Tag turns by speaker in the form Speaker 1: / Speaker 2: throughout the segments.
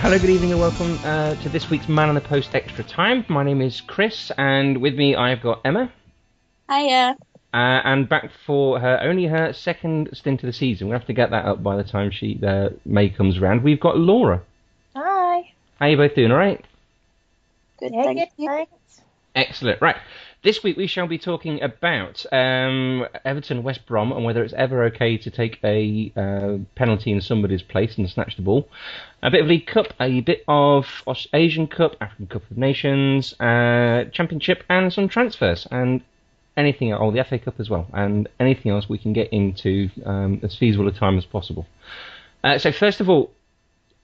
Speaker 1: Hello, good evening, and welcome uh, to this week's Man on the Post Extra Time. My name is Chris, and with me I've got Emma,
Speaker 2: Hiya.
Speaker 1: uh, and back for her only her second stint of the season. We'll have to get that up by the time she uh, May comes round. We've got Laura.
Speaker 3: Hi.
Speaker 1: How you both doing? All right.
Speaker 2: Good,
Speaker 3: Yeah,
Speaker 2: thank
Speaker 3: good,
Speaker 2: you.
Speaker 3: thanks.
Speaker 1: Excellent. Right. This week we shall be talking about um, Everton West Brom and whether it's ever okay to take a uh, penalty in somebody's place and snatch the ball. A bit of League Cup, a bit of Aus- Asian Cup, African Cup of Nations, uh, Championship, and some transfers and anything. Oh, the FA Cup as well, and anything else we can get into um, as feasible a time as possible. Uh, so first of all,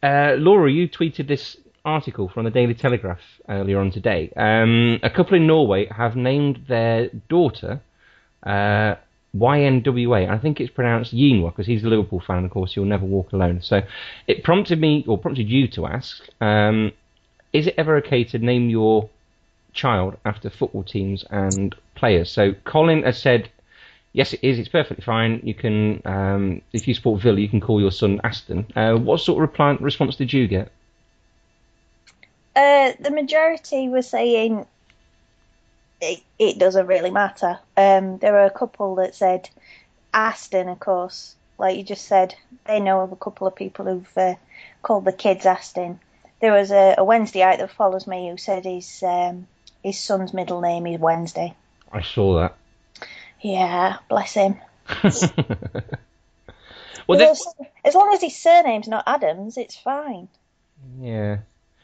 Speaker 1: uh, Laura, you tweeted this article from the Daily Telegraph earlier on today. Um, a couple in Norway have named their daughter uh, YNWA. I think it's pronounced Yinwa because he's a Liverpool fan. Of course, you'll never walk alone. So it prompted me, or prompted you, to ask: um, Is it ever okay to name your child after football teams and players? So Colin has said Yes, it is. It's perfectly fine. You can, um, if you support Villa, you can call your son Aston. Uh, what sort of reply, response did you get?
Speaker 3: Uh, the majority were saying it, it doesn't really matter. Um, there were a couple that said Aston, of course, like you just said, they know of a couple of people who've uh, called the kids Aston. There was a, a Wednesdayite that follows me who said his um, his son's middle name is Wednesday.
Speaker 1: I saw
Speaker 3: Yeah, bless him.
Speaker 1: that. well, this,
Speaker 3: Also, as long as his surname's not Adams, it's fine.
Speaker 1: yeah.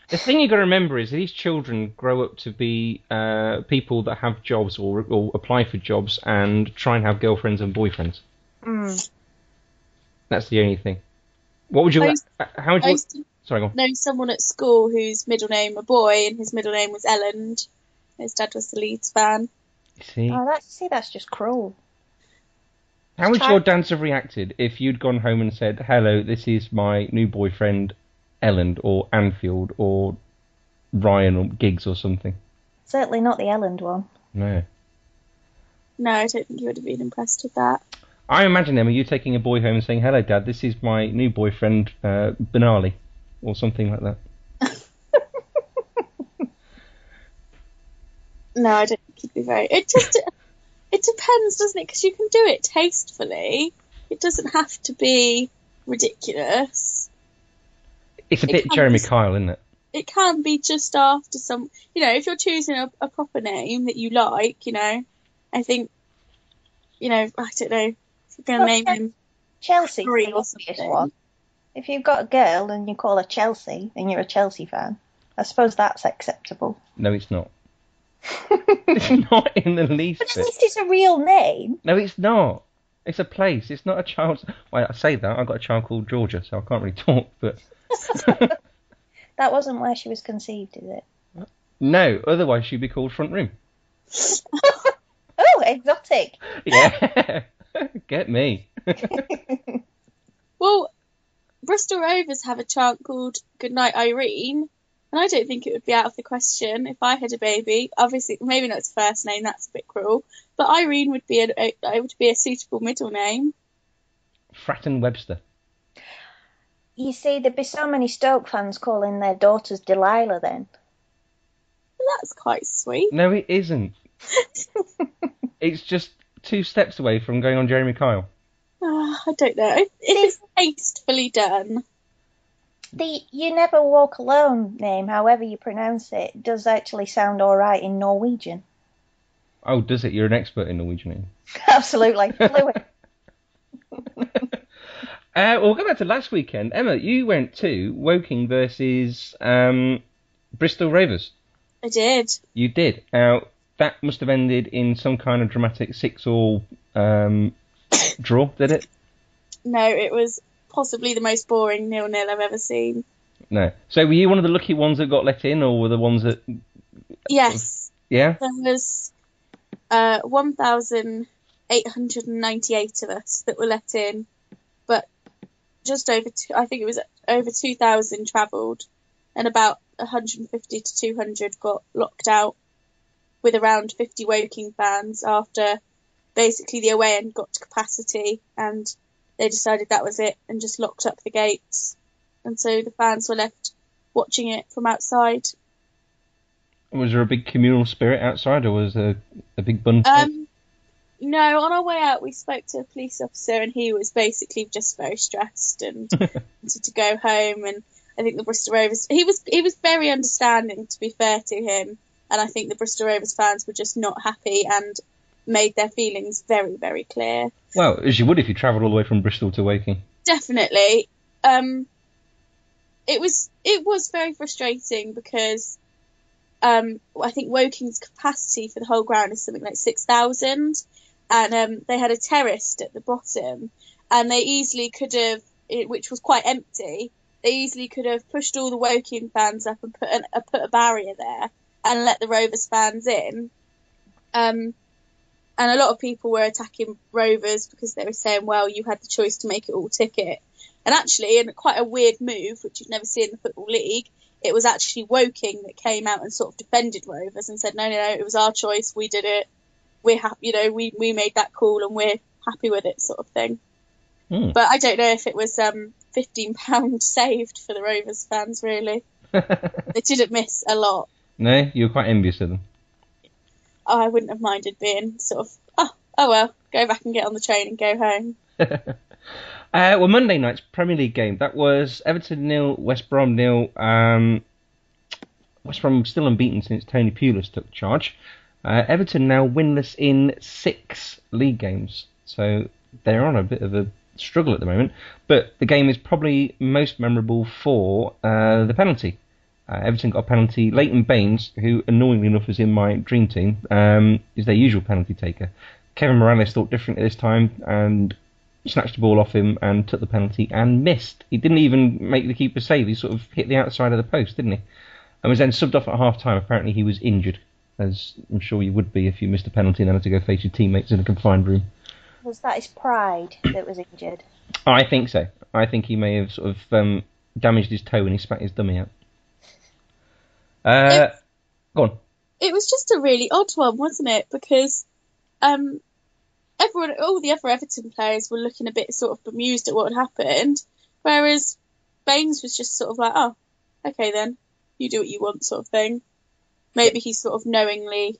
Speaker 1: The thing you got to remember is these children grow up to be uh, people that have jobs or, or apply for jobs and try and have girlfriends and boyfriends.
Speaker 3: Mm.
Speaker 1: That's the only thing. What would you? uh,
Speaker 2: Those-
Speaker 1: how would
Speaker 2: I
Speaker 1: you?
Speaker 2: used to
Speaker 1: sorry, go on.
Speaker 2: know someone at school whose middle name was boy and his middle name was Elland. His dad was the Leeds fan.
Speaker 1: See,
Speaker 3: Oh, that's see, that's just cruel.
Speaker 1: How would
Speaker 3: Try-
Speaker 1: your dance have reacted if you'd gone home and said, "Hello, this is my new boyfriend, Elland or Anfield or Ryan or Giggs or something"?
Speaker 3: Certainly not the Elland one.
Speaker 1: No.
Speaker 2: No, I don't think he would have been impressed with that.
Speaker 1: I imagine Emma, you taking a boy home and saying, "Hello, Dad, this is my new boyfriend, uh, Benali," or something like that.
Speaker 2: No, I don't think he'd be very. It just it depends, doesn't it? Because you can do it tastefully. It doesn't have to be ridiculous.
Speaker 1: It's a
Speaker 2: It
Speaker 1: bit
Speaker 2: can't
Speaker 1: Jeremy
Speaker 2: be-
Speaker 1: Kyle, isn't it?
Speaker 2: It can be just after some. You know, if you're choosing a, a proper name that you like, you know, I think, you know, I don't know. If you're going to
Speaker 3: Okay.
Speaker 2: name him
Speaker 3: Chelsea's
Speaker 2: Three
Speaker 3: the
Speaker 2: or
Speaker 3: obvious
Speaker 2: something.
Speaker 3: one. If you've got a girl and you call her Chelsea and you're a Chelsea fan, I suppose that's acceptable.
Speaker 1: No, it's not. it's not in the least
Speaker 3: But at
Speaker 1: bit.
Speaker 3: least it's a real name.
Speaker 1: No, it's not. It's a place. It's not a child's. Well, I say that I've got a child called Georgia, so I can't really talk, but.
Speaker 3: That wasn't where she was conceived, is it?
Speaker 1: No, otherwise she'd be called front room.
Speaker 3: Oh, exotic.
Speaker 1: Yeah, get me.
Speaker 2: Well, Bristol Rovers have a chant called Goodnight Irene, and I don't think it would be out of the question if I had a baby. Obviously, maybe not its first name, that's a bit cruel, but Irene would be a, a would be a suitable middle name.
Speaker 1: Fratton Webster.
Speaker 3: You see, there'd be so many Stoke fans calling their daughters Delilah then.
Speaker 2: Well, that's quite sweet.
Speaker 1: No, it isn't. it's just two steps away from going on Jeremy Kyle.
Speaker 2: Ah, I don't know if it's tastefully done.
Speaker 3: The You Never Walk Alone name, however you pronounce it, does actually sound alright in Norwegian.
Speaker 1: Oh, does it? You're an expert in Norwegian. aren't you?
Speaker 3: Absolutely fluent.
Speaker 1: Uh, well, we'll go back to last weekend. Emma, you went to Woking versus um, Bristol Rovers.
Speaker 2: I did.
Speaker 1: You did. Now, that must have ended in some kind of dramatic six-all um, draw, did it?
Speaker 2: No, it was possibly the most boring nil nil I've ever seen.
Speaker 1: No. So were you one of the lucky ones that got let in, or were the ones that?
Speaker 2: Yes,
Speaker 1: Yeah.
Speaker 2: there was uh, 1,898 of us that were let in, but just over two, I think it was over 2,000 travelled, and about 150 to 200 got locked out, with around 50 Woking fans after basically the away end got to capacity and they decided that was it and just locked up the gates, and so the fans were left watching it from outside.
Speaker 1: Was there a big communal spirit outside, or was there a big bunch?
Speaker 2: Um, no, on our way out, we spoke to a police officer, and he was basically just very stressed and wanted to go home. And I think the Bristol Rovers, he was he was very understanding, to be fair to him. And I think the Bristol Rovers fans were just not happy and made their feelings very, very clear.
Speaker 1: well, as you would if you travelled all the way from Bristol to Woking.
Speaker 2: Definitely. Um, it was it was very frustrating because um, I think Woking's capacity for the whole ground is something like six thousand, and um, they had a terraced at the bottom, and they easily could have, it, which was quite empty. They easily could have pushed all the Woking fans up and put an, uh, put a barrier there and let the Rovers fans in. Um, and a lot of people were attacking Rovers because they were saying, well, you had the choice to make it all ticket. And actually, in quite a weird move, which you'd never see in the Football League, it was actually Woking that came out and sort of defended Rovers and said, no, no, no, it was our choice. We did it. We're happy, you know, we, we made that call and we're happy with it, sort of thing.
Speaker 1: Hmm.
Speaker 2: But I don't know if it was um, £15 saved for the Rovers fans, really. they didn't miss a lot.
Speaker 1: No, you were quite envious of them.
Speaker 2: Oh, I wouldn't have minded being sort of, oh, oh well, go back and get on the train and go home.
Speaker 1: Uh, well, Monday night's Premier League game that was Everton nil, West Brom nil. Um, West Brom still unbeaten since Tony Pulis took charge. Uh, Everton now winless in six league games, so they're on a bit of a struggle at the moment. But the game is probably most memorable for uh, the penalty. Uh, Everton got a penalty. Leighton Baines, who annoyingly enough was in my dream team, um, is their usual penalty taker. Kevin Morales thought differently this time and snatched the ball off him and took the penalty and missed. He didn't even make the keeper save. He sort of hit the outside of the post, didn't he? And was then subbed off at half time. Apparently, he was injured, as I'm sure you would be if you missed a penalty and then had to go face your teammates in a confined room.
Speaker 3: Was that his pride that was injured?
Speaker 1: I think so. I think he may have sort of um, damaged his toe and he spat his dummy out. Uh,
Speaker 2: It's-
Speaker 1: go on.
Speaker 2: it was just a really odd one, wasn't it? Because um, everyone, all the other Everton players were looking a bit sort of bemused at what had happened, whereas Baines was just sort of like, "Oh, okay then, you do what you want," sort of thing. Maybe he sort of knowingly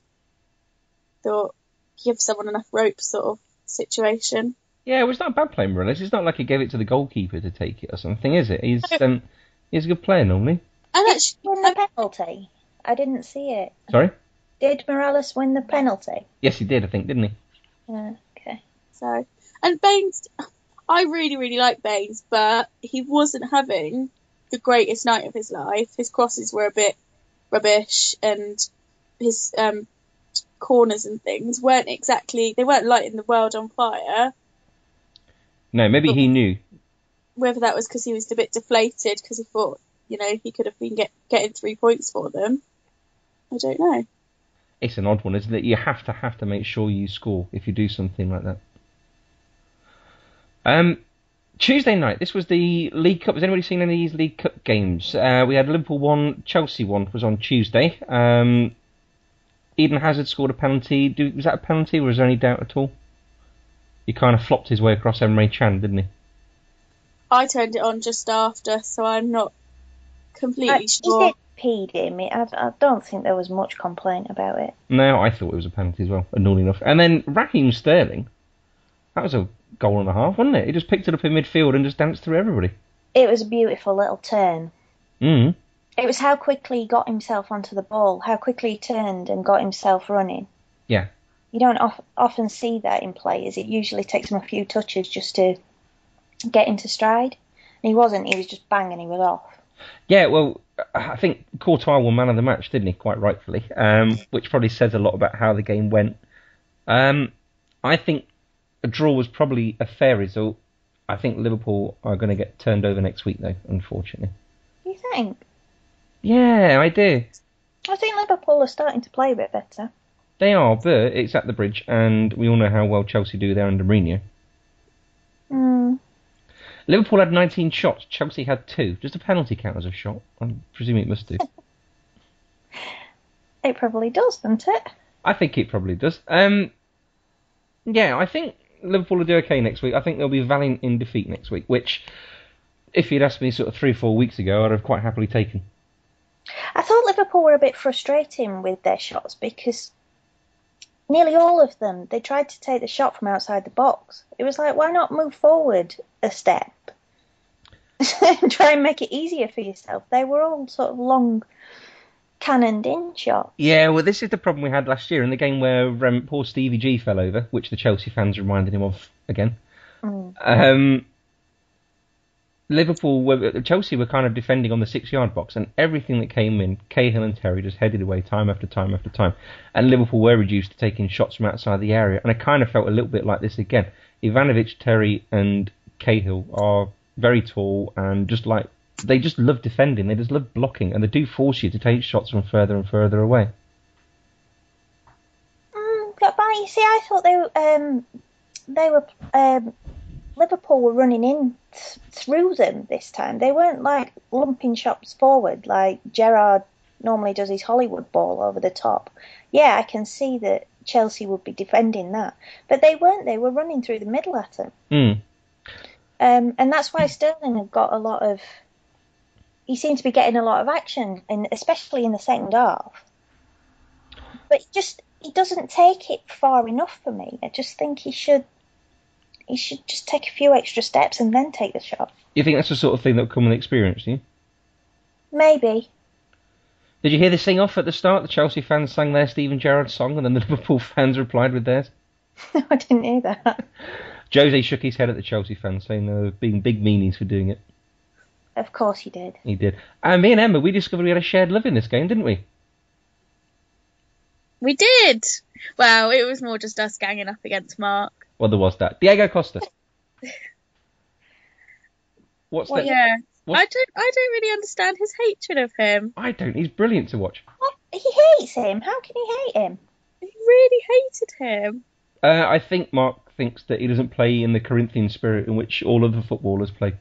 Speaker 2: thought give someone enough rope, sort of situation.
Speaker 1: Yeah, well, it's not a bad play, Morales. It's not like he gave it to the goalkeeper to take it or something, is it? He's um, he's a good player normally.
Speaker 2: And actually,
Speaker 3: Win the penalty. I didn't see it.
Speaker 1: Sorry.
Speaker 3: Did Morales win the penalty?
Speaker 1: Yes, he did. I think, didn't he?
Speaker 3: Yeah, okay.
Speaker 2: So, and Baines, I really, really like Baines, but he wasn't having the greatest night of his life. His crosses were a bit rubbish, and his um, corners and things weren't exactly, they weren't lighting the world on fire.
Speaker 1: No, maybe he knew.
Speaker 2: Whether that was because he was a bit deflated, because he thought, you know, he could have been get, getting three points for them. I don't know.
Speaker 1: It's an odd one, isn't it? You have to have to make sure you score if you do something like that. Um, Tuesday night. This was the League Cup. Has anybody seen any of these League Cup games? Uh, we had Liverpool one, Chelsea one was on Tuesday. Um, Eden Hazard scored a penalty. Do, was that a penalty, or was there any doubt at all? He kind of flopped his way across Emre Chan, didn't he?
Speaker 2: I turned it on just after, so I'm not completely
Speaker 3: Like,
Speaker 2: sure.
Speaker 3: Is it peed him? It- I, I don't think there was much complaint about it.
Speaker 1: No, I thought it was a penalty as well, annoying enough. And then Raheem Sterling, that was a goal and a half, wasn't it? He just picked it up in midfield and just danced through everybody.
Speaker 3: It was a beautiful little turn.
Speaker 1: Mm.
Speaker 3: It was how quickly he got himself onto the ball, how quickly he turned and got himself running.
Speaker 1: Yeah.
Speaker 3: You don't of, often see that in players. It usually takes him a few touches just to get into stride. And he wasn't. He was just banging. He was off.
Speaker 1: Yeah, well, I think Courtois won man of the match, didn't he? Quite rightfully, um, which probably says a lot about how the game went. Um, I think a draw was probably a fair result. I think Liverpool are going to get turned over next week, though, unfortunately.
Speaker 3: You think?
Speaker 1: Yeah, I do.
Speaker 3: I think Liverpool are starting to play a bit better.
Speaker 1: They are, but it's at the bridge, and we all know how well Chelsea do there under Mourinho.
Speaker 3: Mm.
Speaker 1: Liverpool had 19 shots, Chelsea had two. Does the penalty count as a shot? I'm presuming it must do.
Speaker 3: It probably does, doesn't it?
Speaker 1: I think it probably does. Um, yeah, I think Liverpool will do okay next week. I think they'll be valiant in defeat next week, which, if you'd asked me sort of three or four weeks ago, I'd have quite happily taken.
Speaker 3: I thought Liverpool were a bit frustrating with their shots because nearly all of them they tried to take the shot from outside the box. It was like why not move forward a step and try and make it easier for yourself. They were all sort of long cannoned in shots.
Speaker 1: Yeah, well, this is the problem we had last year in the game where um, poor Stevie G fell over, which the Chelsea fans reminded him of again.
Speaker 3: Mm.
Speaker 1: Um, Liverpool, were, Chelsea were kind of defending on the six-yard box, and everything that came in, Cahill and Terry just headed away time after time after time, and Liverpool were reduced to taking shots from outside the area. And I kind of felt a little bit like this again. Ivanovic, Terry, and Cahill are very tall and just like they just love defending, they just love blocking, and they do force you to take shots from further and further away.
Speaker 3: Mm, but by, you see, I thought they were, um, they were um, Liverpool were running in th- through them this time. They weren't like lumping shots forward like Gerard normally does his Hollywood ball over the top. Yeah, I can see that Chelsea would be defending that, but they weren't. They were running through the middle at them.
Speaker 1: Mm.
Speaker 3: Um, and that's why Sterling had got a lot of. He seemed to be getting a lot of action, and especially in the second half. But he just he doesn't take it far enough for me. I just think he should. He should just take a few extra steps and then take the shot.
Speaker 1: You think that's the sort of thing that will come with experience, do you?
Speaker 3: Maybe.
Speaker 1: Did you hear this thing off at the start? The Chelsea fans sang their Stephen Gerrard song, and then the Liverpool fans replied with theirs.
Speaker 3: No, I didn't hear that.
Speaker 1: Jose shook his head at the Chelsea fans, saying they were being big meanies for doing it.
Speaker 3: Of course he did.
Speaker 1: He did. And me and Emma, we discovered we had a shared love in this game, didn't we?
Speaker 2: We did. Well, it was more just us ganging up against Mark.
Speaker 1: Well, there was that. Diego Costa. What's
Speaker 3: Well,
Speaker 1: that?
Speaker 2: Yeah.
Speaker 1: What-
Speaker 2: I don't. I don't really understand his hatred of him.
Speaker 1: I don't. He's brilliant to watch.
Speaker 3: What? He hates him. How can he hate him?
Speaker 2: He really hated him.
Speaker 1: Uh, I think Mark thinks that he doesn't play in the Corinthian spirit in which all other footballers play,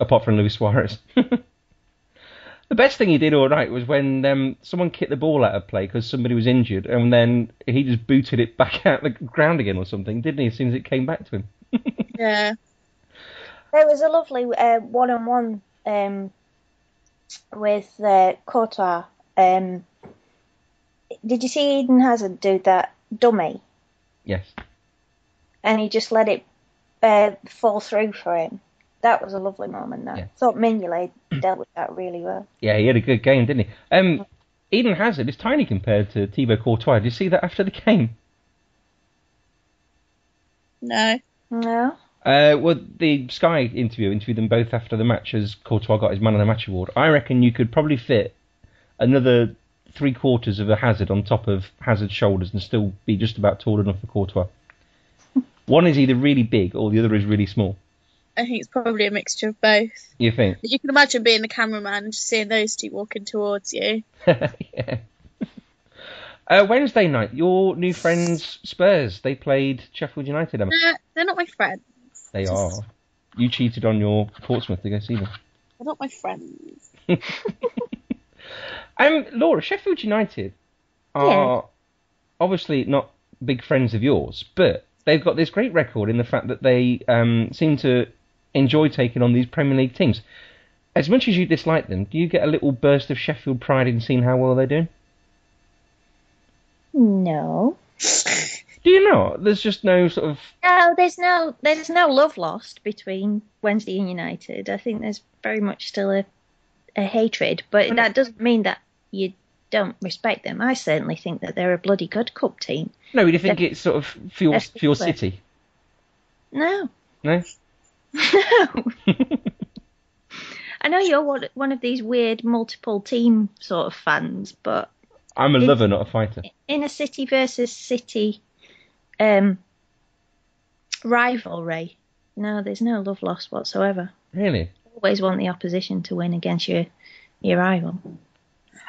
Speaker 1: apart from Luis Suarez. the best thing he did all right was when um, someone kicked the ball out of play because somebody was injured, and then he just booted it back out the ground again or something, didn't he? As soon as it came back to him.
Speaker 2: Yeah.
Speaker 3: There was a lovely uh, one-on-one um, with uh, Courtois. Um, did you see Eden Hazard do that dummy?
Speaker 1: Yes.
Speaker 3: And he just let it uh, fall through for him. That was a lovely moment. That
Speaker 1: Yeah.
Speaker 3: thought Mignolet dealt with that really well.
Speaker 1: Yeah, he had a good game, didn't he? Um, Eden Hazard is tiny compared to Thibaut Courtois. Did you see that after the game?
Speaker 2: No.
Speaker 3: No,
Speaker 1: Uh, well, the Sky interview interviewed them both after the match as Courtois got his Man of the Match award. I reckon you could probably fit another three quarters of a Hazard on top of Hazard's shoulders and still be just about tall enough for Courtois. One is either really big or the other is really small.
Speaker 2: I think it's probably a mixture of both.
Speaker 1: You think?
Speaker 2: But you can imagine being the cameraman and just seeing those two walking towards you.
Speaker 1: yeah. Uh, Wednesday night, your new friends Spurs. They played Sheffield United. Emma.
Speaker 2: They're, they're not my friends.
Speaker 1: They are. You cheated on your Portsmouth to go see them.
Speaker 2: They're not my friends.
Speaker 1: Um, Laura, Sheffield United are obviously not big friends of yours, but they've got this great record in the fact that they um, seem to enjoy taking on these Premier League teams. As much as you dislike them, do you get a little burst of Sheffield pride in seeing how well they're doing?
Speaker 3: no,
Speaker 1: Do you not? There's just no sort of
Speaker 3: no. There's no there's no love lost between Wednesday and United. I think there's very much still a a hatred, but that doesn't mean that you don't respect them. I certainly think that they're a bloody good cup team.
Speaker 1: no. You think it's sort of fuel
Speaker 3: That's
Speaker 1: fuel
Speaker 3: different.
Speaker 1: city?
Speaker 3: No,
Speaker 1: No.
Speaker 3: no. I know you're one one of these weird multiple team sort of fans, but
Speaker 1: I'm a
Speaker 3: It-
Speaker 1: lover, not a fighter.
Speaker 3: in a city versus city um, rivalry, no, there's no love lost whatsoever.
Speaker 1: Really?
Speaker 3: Always want the opposition to win against your your rival.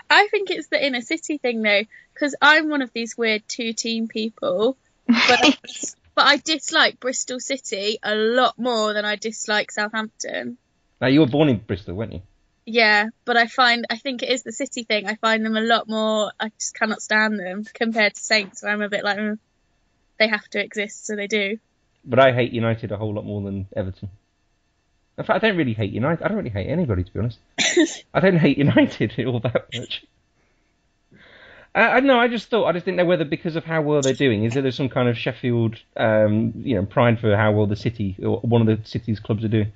Speaker 2: I think it's the inner city thing though, because I'm one of these weird two team people, but but I dislike Bristol City a lot more than I dislike Southampton.
Speaker 1: Now you were born in Bristol, weren't you?
Speaker 2: Yeah, but I find I think it is the city thing. I find them a lot more. I just cannot stand them compared to Saints, where I'm a bit like mm, they have to exist, so they do.
Speaker 1: But I hate United a whole lot more than Everton. In fact, I don't really hate United. I don't really hate anybody, to be honest. I don't hate United all that much. Uh, I don't know. I just thought I just didn't know whether because of how well they're doing, is there there's some kind of Sheffield, um, you know, pride for how well the city or one of the city's clubs are doing.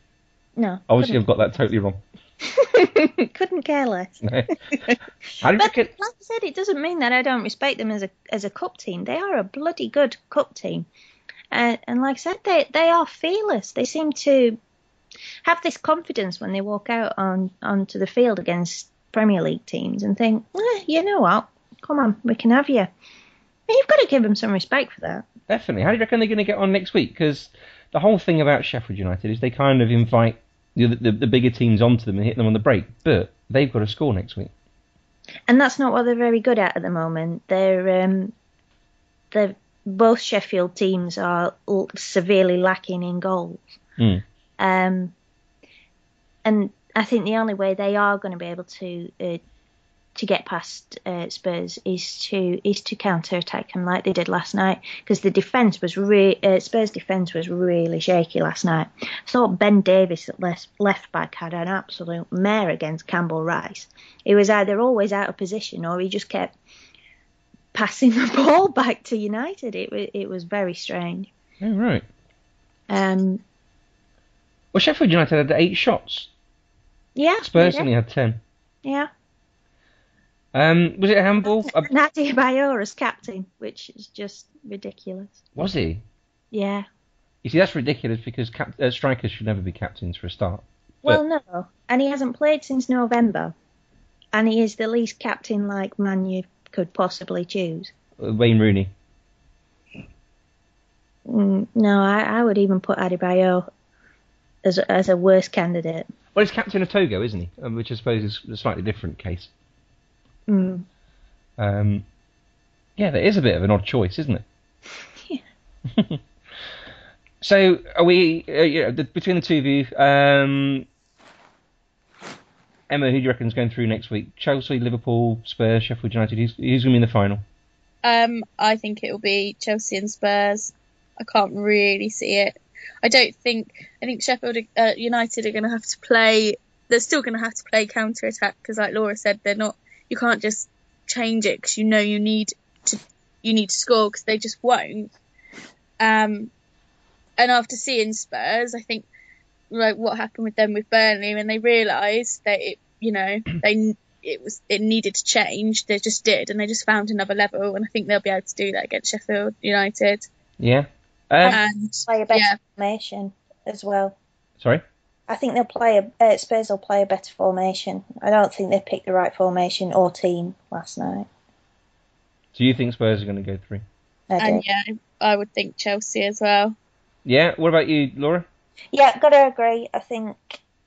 Speaker 3: No,
Speaker 1: Obviously, I've got that totally wrong.
Speaker 3: couldn't, couldn't care less.
Speaker 1: No. I
Speaker 3: But
Speaker 1: reckon.
Speaker 3: like I said, it doesn't mean that I don't respect them as a as a cup team. They are a bloody good cup team, uh, and like I said, they they are fearless. They seem to have this confidence when they walk out on onto the field against Premier League teams and think, eh, you know what, come on, we can have you. And you've got to give them some respect for that.
Speaker 1: Definitely. How do you reckon they're going to get on next week? Because the whole thing about Sheffield United is they kind of invite the, the, the bigger teams onto them and hit them on the break, but they've got to score next week.
Speaker 3: and that's not what they're very good at at the moment. They're um, they're both Sheffield teams are l- severely lacking in goals.
Speaker 1: Mm.
Speaker 3: Um, and I think the only way they are going to be able to uh, to get past uh, Spurs is to is to counter attack them like they did last night because the defense was re- uh, Spurs defense was really shaky last night. I thought Ben Davis at left left back had an absolute mare against Campbell Rice. He was either always out of position or he just kept passing the ball back to United. It was it was very strange.
Speaker 1: Oh, right.
Speaker 3: Um,
Speaker 1: Well, Sheffield United had eight shots.
Speaker 3: yeah,
Speaker 1: Spurs
Speaker 3: yeah,
Speaker 1: only had ten.
Speaker 3: yeah.
Speaker 1: Um, was it a handball? Uh,
Speaker 3: Nadi Bayor as captain, which is just ridiculous.
Speaker 1: was he?
Speaker 3: Yeah.
Speaker 1: You see, that's ridiculous because cap- uh, strikers should never be captains for a start.
Speaker 3: Well, no, and he hasn't played since November, and he is the least captain-like man you could possibly choose.
Speaker 1: Uh, Wayne Rooney.
Speaker 3: Mm, no, I, I would even put Adebayo as a- as a worse candidate.
Speaker 1: Well, he's captain of Togo, isn't he? Um, which I suppose is a slightly different case.
Speaker 3: Mm.
Speaker 1: Um, yeah, that is a bit of an odd choice, isn't it? so, are we uh, yeah, the, between the two of you? Um, Emma, who do you reckon's going through next week? Chelsea, Liverpool, Spurs, Sheffield United. Who's, who's going to be in the final?
Speaker 2: Um, I think it will be Chelsea and Spurs. I can't really see it. I don't think. I think Sheffield uh, United are going to have to play. They're still going to have to play counter attack because, like Laura said, they're not. You can't just change it because you know you need to. You need to score because they just won't. Um, and after seeing Spurs, I think like what happened with them with Burnley when they realised that it, you know, they it was it needed to change. They just did, and they just found another level. And I think they'll be able to do that against Sheffield United.
Speaker 1: Yeah. Um,
Speaker 2: And
Speaker 3: Play a better
Speaker 2: Yeah.
Speaker 3: formation as well.
Speaker 1: sorry.
Speaker 3: I think they'll play a uh, Spurs will play a better formation. I don't think they picked the right formation or team last night.
Speaker 1: So you think Spurs are going to go through?
Speaker 3: I
Speaker 2: and
Speaker 3: do.
Speaker 2: yeah, I would think Chelsea as well.
Speaker 1: Yeah. What about you, Laura?
Speaker 3: Yeah, gotta agree. I think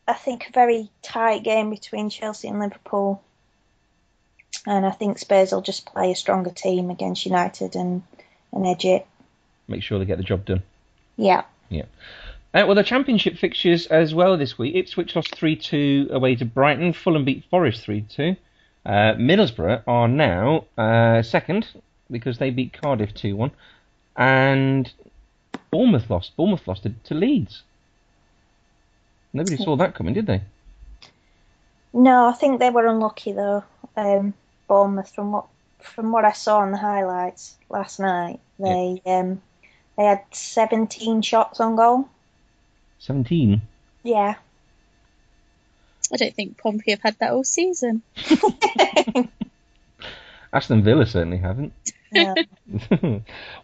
Speaker 3: I think a very tight game between Chelsea and Liverpool, and I think Spurs will just play a stronger team against United and and edge it.
Speaker 1: Make sure they get the job done.
Speaker 3: Yeah,
Speaker 1: Uh, well, the championship fixtures as well this week. Ipswich lost 3 2 away to Brighton. Fulham beat Forest 3 2. Uh, Middlesbrough are now uh, second because they beat Cardiff 2 1. And Bournemouth lost. Bournemouth lost to, to Leeds. Nobody saw that coming, did they?
Speaker 3: no, I think they were unlucky though. Um, Bournemouth, from what from what I saw on the highlights last night, they um they had 17 shots on goal.
Speaker 1: 17.
Speaker 3: Yeah,
Speaker 2: I don't think Pompey have had that all season.
Speaker 1: Aston Villa certainly haven't.
Speaker 3: no.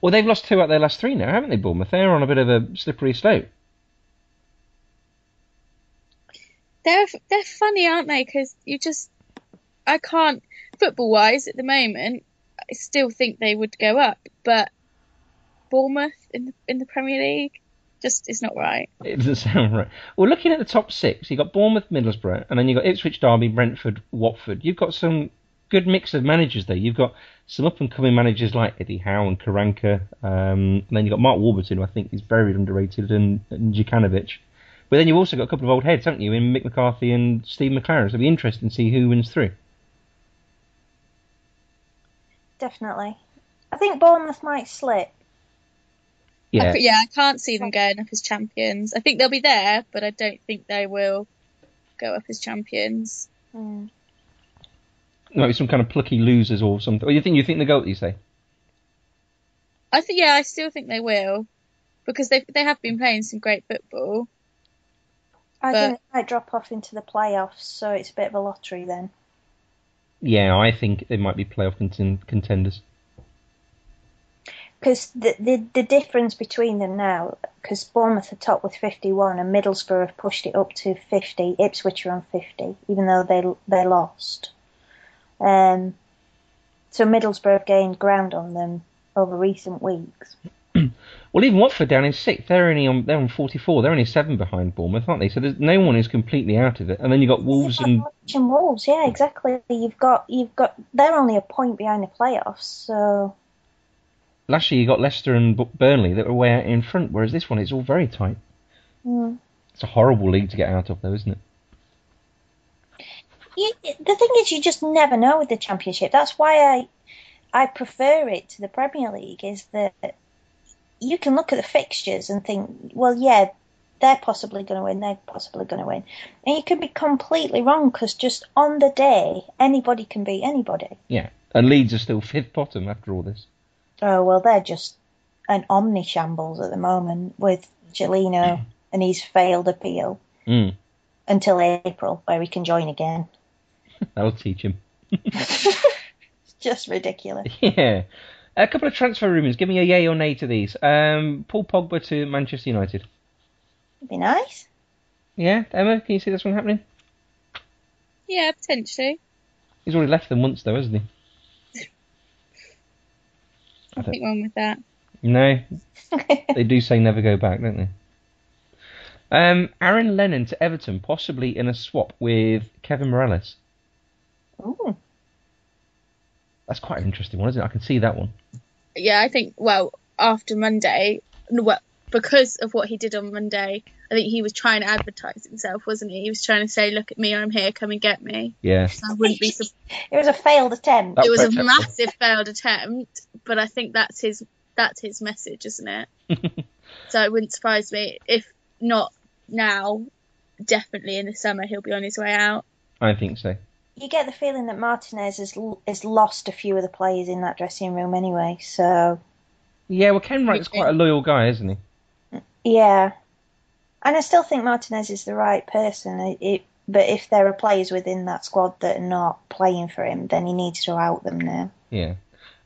Speaker 1: well, they've lost two out of their last three now, haven't they, Bournemouth? They're on a bit of a slippery slope.
Speaker 2: they're they're funny, aren't they? Because you just I can't football wise at the moment. I still think they would go up, but Bournemouth in the in the Premier League just is not right.
Speaker 1: It doesn't sound right. Well, looking at the top six, you've got Bournemouth, Middlesbrough, and then you've got Ipswich, Derby, Brentford, Watford. You've got some good mix of managers there. You've got some up and coming managers like Eddie Howe and Karanka. Um, and then you've got Mark Warburton, who I think is very underrated, and, and Jukanovic. But then you've also got a couple of old heads, haven't you, in Mick McCarthy and Steve McLaren. So it'll be interesting to see who wins through.
Speaker 3: Definitely. I think Bournemouth might slip.
Speaker 2: I
Speaker 1: Yeah.
Speaker 2: c- yeah, I can't see them going up as champions. I think they'll be there, but I don't think they will go up as champions.
Speaker 3: Mm.
Speaker 1: Might be some kind of plucky losers or something. Or you think you think they go? You say?
Speaker 2: I think yeah, I still think they will because they they have been playing some great football.
Speaker 3: I
Speaker 2: But-
Speaker 3: think it might drop off into the playoffs, so it's a bit of a lottery then.
Speaker 1: Yeah, I think they might be playoff contin- contenders.
Speaker 3: Because the, the the difference between them now, because Bournemouth are top with 51 and Middlesbrough have pushed it up to 50, Ipswich are on 50, even though they they lost. Um, so Middlesbrough have gained ground on them over recent weeks.
Speaker 1: Well, even Watford down in sixth, they're only on they're on forty four. They're only seven behind Bournemouth, aren't they? So there's, no one is completely out of it. And then you have got Wolves and
Speaker 3: Norwich and Wolves, yeah, exactly. You've got you've got they're only a point behind the playoffs, so
Speaker 1: last year you got Leicester and Bu- Burnley that were way out in front. Whereas this one, it's all very tight.
Speaker 3: mm.
Speaker 1: It's a horrible league to get out of, though, isn't it?
Speaker 3: you, the thing is, you just never know with the championship. That's why I I prefer it to the Premier League is that you can look at the fixtures and think, well, yeah, they're possibly going to win, they're possibly going to win, and you could be completely wrong because just on the day, anybody can beat anybody.
Speaker 1: Yeah. And Leeds are still fifth bottom after all this.
Speaker 3: Oh well, they're just an omni shambles at the moment with Gelino and his failed appeal
Speaker 1: Mm,
Speaker 3: until April, where he can join again.
Speaker 1: that'll teach him.
Speaker 3: It's just ridiculous.
Speaker 1: Yeah. A couple of transfer rumours. Give me a yay or nay to these. Um, Paul Pogba to Manchester United.
Speaker 3: It'd be nice.
Speaker 1: Yeah, Emma, can you see this one happening?
Speaker 2: Yeah, potentially.
Speaker 1: He's already left them once, though, hasn't he? I don't-
Speaker 2: Nothing wrong with that.
Speaker 1: No, they do say never go back, don't they? Um, Aaron Lennon to Everton, possibly in a swap with Kevin Morales.
Speaker 3: Ooh.
Speaker 1: That's quite an interesting one, isn't it? I can see that one.
Speaker 2: Yeah, I think well after Monday, n- well because of what he did on Monday, I think he was trying to advertise himself, wasn't he? He was trying to say, "Look at me, I'm here, come and get me."
Speaker 1: Yeah.
Speaker 2: So I wouldn't be. surprised.
Speaker 3: It was a failed attempt.
Speaker 1: That
Speaker 2: it was a
Speaker 1: perfect.
Speaker 2: massive failed attempt, but I think that's his that's his message, isn't it? so it wouldn't surprise me if not now, definitely in the summer he'll be on his way out.
Speaker 1: I think so.
Speaker 3: You get the feeling that Martinez has, l- has lost a few of the players in that dressing room anyway. So
Speaker 1: Yeah, well, Ken Wright's quite a loyal guy, isn't he?
Speaker 3: yeah, and I still think Martinez is the right person. It, it, but if there are players within that squad that are not playing for him, then he needs to out them now.
Speaker 1: Yeah.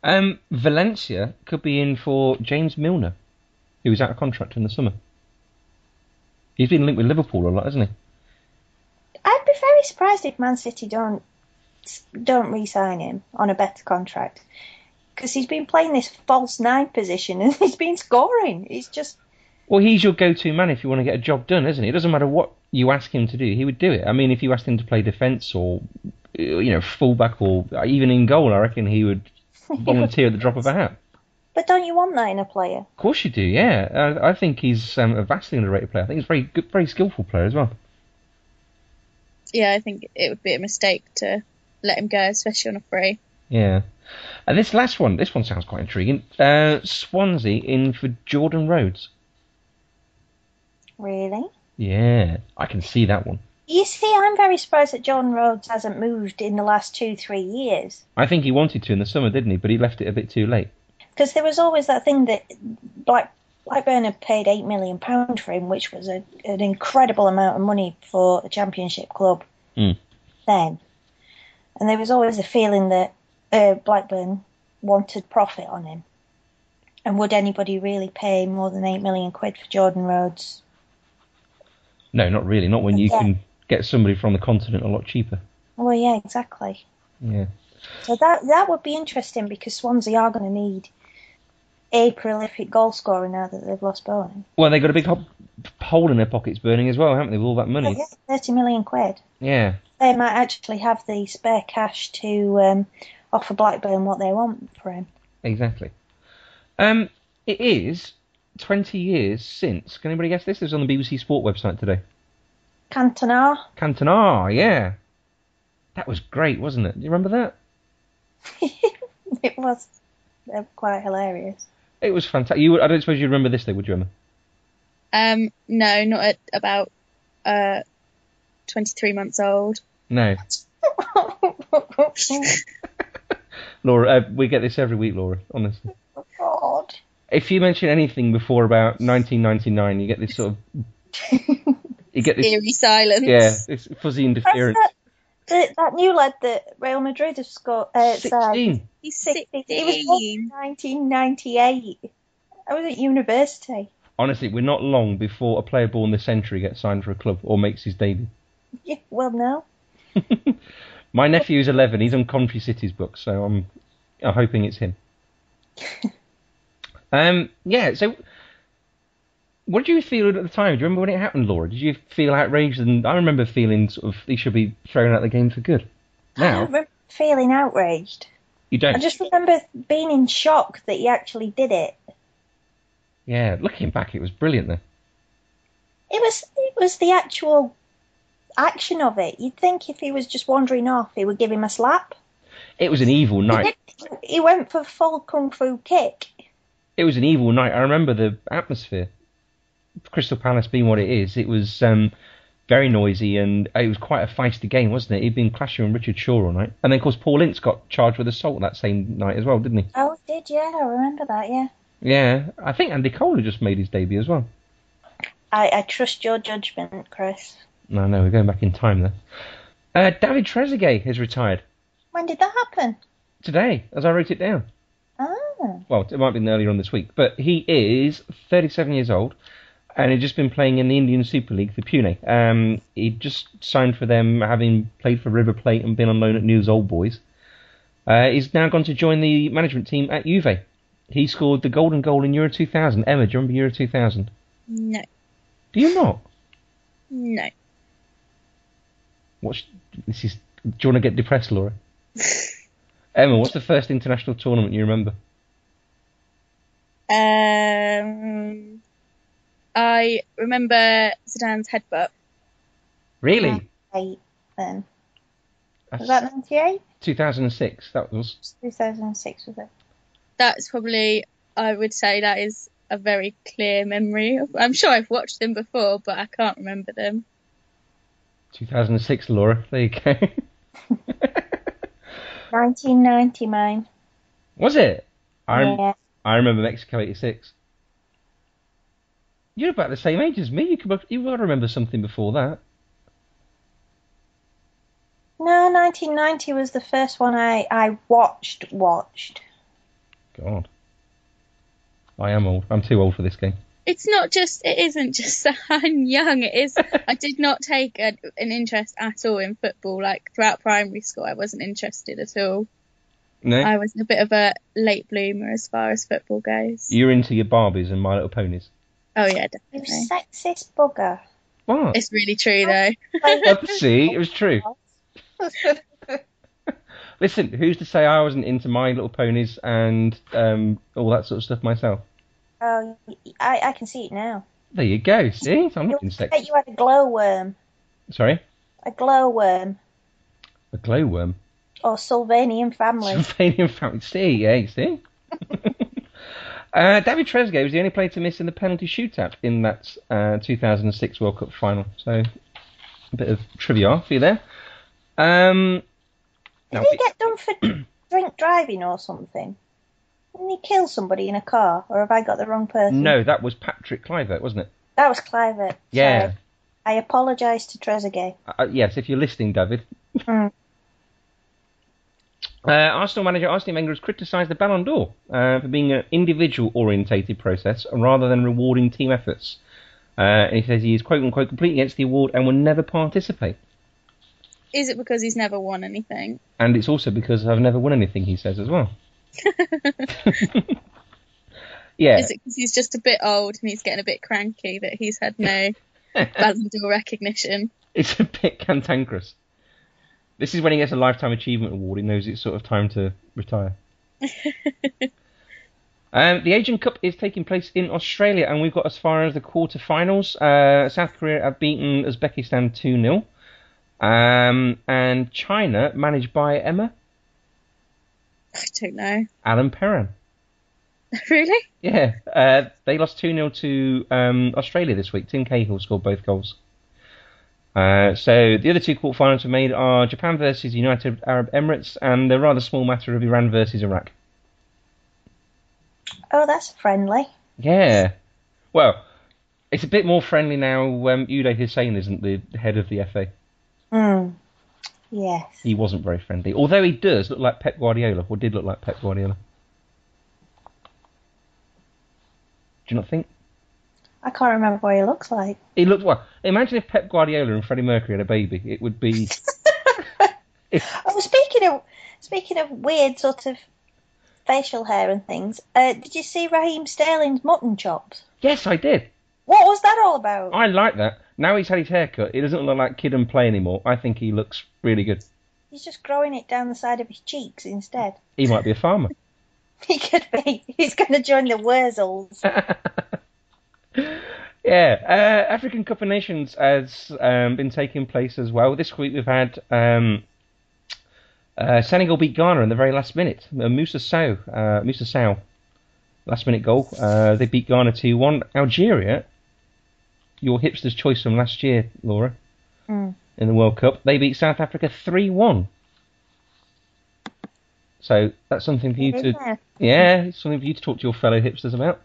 Speaker 1: Um, Valencia could be in for James Milner, who was out of contract in the summer. He's been linked with Liverpool a lot, hasn't he?
Speaker 3: I'd be very surprised if Man City don't don't re-sign him on a better contract because he's been playing this false nine position and he's been scoring. He's just
Speaker 1: Well, he's your go-to man if you want to get a job done, isn't he? It doesn't matter what you ask him to do, he would do it. I mean, if you asked him to play defence or you know fullback or even in goal, I reckon he would volunteer at the drop of a hat.
Speaker 3: but don't you want that in a player?
Speaker 1: Of course you do, yeah. I, I think he's um, a vastly underrated player. I think he's a very good, very skillful player as well.
Speaker 2: Yeah, I think it would be a mistake to let him go, especially on a free.
Speaker 1: Yeah. And this last one, this one sounds quite intriguing. Uh, Swansea in for Jordan Rhodes.
Speaker 3: Really?
Speaker 1: Yeah, I can see that one.
Speaker 3: You see, I'm very surprised that John Rhodes hasn't moved in the last two, three years.
Speaker 1: I think he wanted to in the summer, didn't he? But he left it a bit too late.
Speaker 3: Because there was always that thing that Black, Blackburn had paid £8 million for him, which was a, an incredible amount of money for a championship club
Speaker 1: Mm.
Speaker 3: then. And there was always a feeling that uh, Blackburn wanted profit on him. And would anybody really pay more than 8 million quid for Jordan Rhodes?
Speaker 1: No, not really. Not when you
Speaker 3: Yeah.
Speaker 1: can get somebody from the continent a lot cheaper.
Speaker 3: Well, yeah, exactly.
Speaker 1: Yeah.
Speaker 3: So that that would be interesting because Swansea are going to need a prolific goal scorer now that they've lost Bowen.
Speaker 1: Well, they got a big ho- hole in their pockets burning as well, haven't they? With all that money.
Speaker 3: Yeah, Thirty million quid.
Speaker 1: Yeah.
Speaker 3: They might actually have the spare cash to um, offer Blackburn what they want for him.
Speaker 1: Exactly. Um, it is 20 years since. Can anybody guess this? This was on the BBC Sport website today.
Speaker 3: Cantona.
Speaker 1: Cantona, yeah. That was great, wasn't it? Do you remember that?
Speaker 3: It was uh, quite hilarious.
Speaker 1: It was fantastic. You, would- I don't suppose you remember this, though, would you, Emma?
Speaker 2: Um, no, not at about uh, 23 months old.
Speaker 1: No. Laura, uh, we get this every week, Laura, honestly.
Speaker 3: God.
Speaker 1: If you mention anything before about 1999, you get this sort of. You get this.
Speaker 2: Eerie silence.
Speaker 1: Yeah, this fuzzy interference.
Speaker 3: That, that new lad that Real Madrid have scored. Uh, signed.
Speaker 1: 16.
Speaker 2: He's
Speaker 3: He was born
Speaker 2: 16.
Speaker 3: in 1998. I was at university.
Speaker 1: Honestly, we're not long before a player born this century gets signed for a club or makes his debut.
Speaker 3: Yeah, well, no.
Speaker 1: My nephew's 11. He's on Coventry City's book, so I'm, I'm hoping it's him. um, yeah. So, what did you feel at the time? Do you remember when it happened, Laura? Did you feel outraged? And I remember feeling sort of he should be thrown out of the game for good.
Speaker 3: I
Speaker 1: Now
Speaker 3: remember feeling outraged.
Speaker 1: you don't.
Speaker 3: I just remember being in shock that he actually did it.
Speaker 1: Yeah, looking back, it was brilliant. There,
Speaker 3: It was it was the actual action of it. You'd think if he was just wandering off, he would give him a slap.
Speaker 1: it was an evil night.
Speaker 3: He went for full kung fu kick.
Speaker 1: it was an evil night. I remember the atmosphere. Crystal Palace being what it is, it was um, very noisy and it was quite a feisty game, wasn't it? He'd been clashing with Richard Shaw all night. And then, of course, Paul Ince got charged with assault that same night as well, didn't he?
Speaker 3: Oh, he did yeah, I remember that. Yeah,
Speaker 1: Yeah. I think Andy Cole had just made his debut as well.
Speaker 3: I, I trust your judgment, Chris.
Speaker 1: No, no, we're going back in time there. Uh, David Trezeguet has retired
Speaker 3: When did that happen?
Speaker 1: today, as I wrote it down.
Speaker 3: Ah,
Speaker 1: well, it might have been earlier on this week, but he is 37 years old and he'd just been playing in the Indian Super League for Pune. Um, he just signed for them, having played for River Plate and been on loan at News Old Boys. Uh, he's now gone to join the management team at Juve. He scored the golden goal in Euro 2000. Emma, do you remember Euro 2000?
Speaker 2: No,
Speaker 1: Do you not?
Speaker 2: no.
Speaker 1: What's this is? Do you want to get depressed, Laura? Emma, what's the first international tournament you remember?
Speaker 2: Um, I remember Zidane's headbutt.
Speaker 1: Really?
Speaker 3: eight then. Was
Speaker 1: That's
Speaker 3: that ninety eight?
Speaker 1: 2006. That was
Speaker 3: Two thousand and six was it?
Speaker 2: That's probably, I would say, that is a very clear memory. Of, I'm sure I've watched them before, but I can't remember them.
Speaker 1: 2006, Laura. There you go.
Speaker 3: Nineteen ninety mine.
Speaker 1: Was it? I rem-
Speaker 3: Yeah.
Speaker 1: I remember Mexico '86. You're about the same age as me. You could you got to remember something before that.
Speaker 3: No, nineteen ninety was the first one I I watched watched.
Speaker 1: God, I am old. I'm too old for this game.
Speaker 2: It's not just, it isn't just that I'm young. It is, I did not take an, an interest at all in football. Like throughout primary school, I wasn't interested at all.
Speaker 1: No,
Speaker 2: I was a bit of a late bloomer as far as football goes.
Speaker 1: you're into your Barbies and My Little Ponies.
Speaker 2: Oh yeah,
Speaker 3: You
Speaker 2: definitely.
Speaker 3: sexist bugger.
Speaker 1: What?
Speaker 2: It's really true though.
Speaker 1: Oh, See, it was true. Listen, who's to say I wasn't into My Little Ponies and um, all that sort of stuff myself?
Speaker 3: Oh, I, I can see it now.
Speaker 1: There you go. See, I'm
Speaker 3: You
Speaker 1: not being
Speaker 3: bet
Speaker 1: sexist.
Speaker 3: you had a glowworm,
Speaker 1: Sorry,
Speaker 3: a glowworm,
Speaker 1: a glowworm.
Speaker 3: or Sylvanian family.
Speaker 1: Pennsylvania family. See, yeah, you see. uh, David Trezeguet was the only player to miss in the penalty shootout in that uh, 2006 World Cup final. So, a bit of trivia for you there. Um,
Speaker 3: Did
Speaker 1: now,
Speaker 3: he get done for drink driving or something? Didn't he kill somebody in a car, or have I got the wrong person?
Speaker 1: no, that was Patrick Clivert, wasn't it?
Speaker 3: that was Clivert.
Speaker 1: Yeah.
Speaker 3: Sorry. I apologise to Trezeguet.
Speaker 1: Uh, yes, if you're listening, David.
Speaker 3: Mm.
Speaker 1: Uh, Arsenal manager Arsene Wenger has criticised the Ballon d'Or uh, for being an individual orientated process rather than rewarding team efforts. Uh, and he says he is quote unquote completely against the award and will never participate.
Speaker 2: Is it because he's never won anything?
Speaker 1: And it's also because I've never won anything, he says as well. yeah.
Speaker 2: Is it because he's just a bit old and he's getting a bit cranky that he's had no Ballon d'Or recognition?
Speaker 1: It's a bit cantankerous. This is when he gets a lifetime achievement award. He knows it's sort of time to retire. um, the Asian Cup is taking place in Australia, and we've got as far as the quarterfinals. Uh, South Korea have beaten Uzbekistan 2 0. Um, and China, managed by Emma
Speaker 2: I don't know.
Speaker 1: Alan Perrin.
Speaker 2: really?
Speaker 1: Yeah, uh, they lost 2 0 to um, Australia this week. Tim Cahill scored both goals. Uh, so the other two quarterfinals we made are Japan versus United Arab Emirates and the rather small matter of Iran versus Iraq.
Speaker 3: Oh, that's friendly.
Speaker 1: Yeah. Well, it's a bit more friendly now. Um, Uday Hussein isn't the head of the FA.
Speaker 3: Mm. Yes.
Speaker 1: He wasn't very friendly, although he does look like Pep Guardiola, or did look like Pep Guardiola. Do you not think?
Speaker 3: I can't remember what he looks like.
Speaker 1: He looked well. Imagine if Pep Guardiola and Freddie Mercury had a baby. It would be
Speaker 3: Oh, speaking of speaking of weird sort of facial hair and things, uh, did you see Raheem Sterling's mutton chops?
Speaker 1: yes, I did.
Speaker 3: What was that all about?
Speaker 1: I like that. Now he's had his haircut. He doesn't look like Kid and Play anymore. I think he looks really good.
Speaker 3: He's just growing it down the side of his cheeks instead.
Speaker 1: He might be a farmer.
Speaker 3: He could be. He's going to join the Wurzels.
Speaker 1: Yeah, uh, African Cup of Nations has um, been taking place as well. This week we've had um, uh, Senegal beat Ghana in the very last minute. Uh, Musa Sow, uh, Musa Sow, last minute goal. Uh, they beat Ghana 2 1. Algeria, your hipster's choice from last year, Laura,
Speaker 3: Mm.
Speaker 1: in the World Cup, they beat South Africa 3 1. So that's something for you to.
Speaker 3: Yeah.
Speaker 1: Yeah, it's something for you to talk to your fellow hipsters about.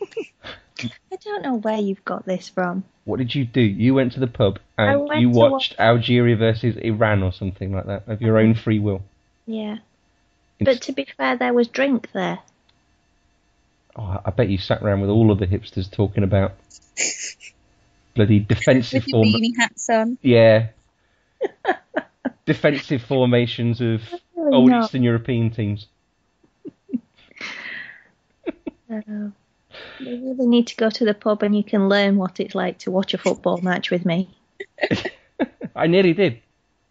Speaker 3: I don't know where you've got this from.
Speaker 1: What did you do? You went to the pub
Speaker 3: I
Speaker 1: and
Speaker 3: went
Speaker 1: you
Speaker 3: to
Speaker 1: watched Algeria versus Iran or something like that of your own free will.
Speaker 3: Yeah.
Speaker 1: It's-
Speaker 3: Mm-hmm. But to be fair, there was drink there.
Speaker 1: oh, I- I bet you sat around with all of the hipsters talking about bloody defensive
Speaker 2: With the
Speaker 1: form.
Speaker 2: beanie hats on.
Speaker 1: Yeah. defensive formations of
Speaker 3: Really
Speaker 1: old
Speaker 3: not.
Speaker 1: Eastern European teams.
Speaker 3: So you really need to go to the pub and you can learn what it's like to watch a football match with me.
Speaker 1: I nearly did.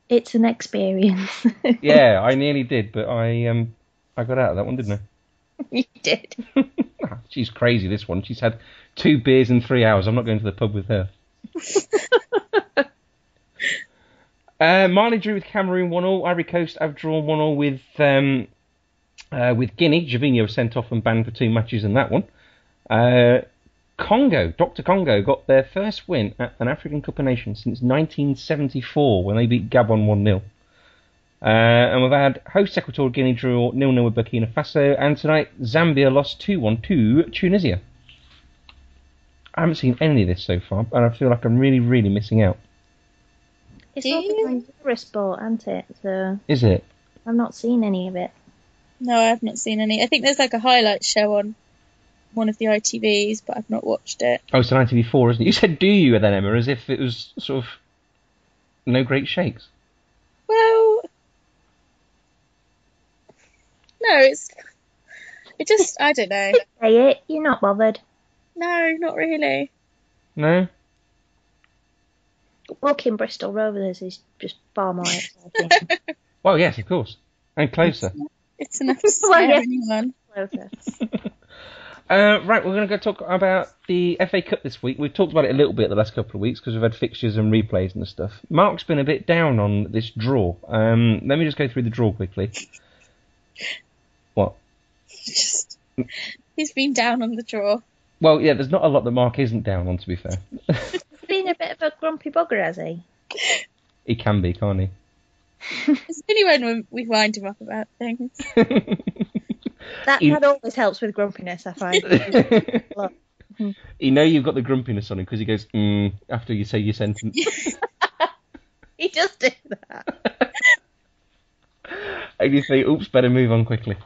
Speaker 3: It's an experience.
Speaker 1: Yeah, I nearly did, but I um I got out of that one, didn't I?
Speaker 3: you did.
Speaker 1: Ah, She's crazy, this one. She's had two beers in three hours. I'm not going to the pub with her. uh, Mali drew with Cameroon 1 0. Ivory Coast have drawn 1 0 with, um, uh, with Guinea. Javinho was sent off and banned for two matches in that one. Uh, Congo, Dr. Congo, got their first win at an African Cup of Nations since 1974 when they beat Gabon 1 0. Uh, and we've had host Equatorial Guinea draw 0 0 with Burkina Faso, and tonight Zambia lost 2 1 to Tunisia. I haven't seen any of this so far, and I feel like I'm really, really missing out.
Speaker 3: It's
Speaker 2: Do
Speaker 3: all
Speaker 2: you?
Speaker 3: been on Eurosport, hasn't it? So
Speaker 1: Is it?
Speaker 3: I've not seen any of it.
Speaker 2: No, I have not seen any. I think there's like a highlight show on one of the ITVs, but I've not watched it.
Speaker 1: Oh, it's an ITV4, isn't it? You said do you then, Emma, as if it was sort of no great shakes.
Speaker 2: Well, no, it's it just I don't know.
Speaker 3: Say it. eh, You're not bothered.
Speaker 2: No, not really.
Speaker 1: No?
Speaker 3: Walking Bristol Rovers is just far more exciting.
Speaker 1: Well, yes, of course. And closer.
Speaker 2: It's enough to
Speaker 3: Well,
Speaker 2: scare
Speaker 3: yeah.
Speaker 2: anyone.
Speaker 3: Closer.
Speaker 1: Uh, right, we're going to go talk about the FA Cup this week. We've talked about it a little bit the last couple of weeks because we've had fixtures and replays and stuff. Mark's been a bit down on this draw. Um, let me just go through the draw quickly. What?
Speaker 2: Just he's been down on the draw.
Speaker 1: Well, yeah, there's not a lot that Mark isn't down on, to be fair.
Speaker 3: been a bit of a grumpy bugger, has he?
Speaker 1: He can be, can't he?
Speaker 2: It's only when we we wind him up about things.
Speaker 3: That,
Speaker 1: You-
Speaker 3: that always helps with grumpiness, I find. Look.
Speaker 1: You know you've got the grumpiness on him because he goes, mm, after you say your sentence.
Speaker 3: he does do that.
Speaker 1: and you think, oops, better move on quickly.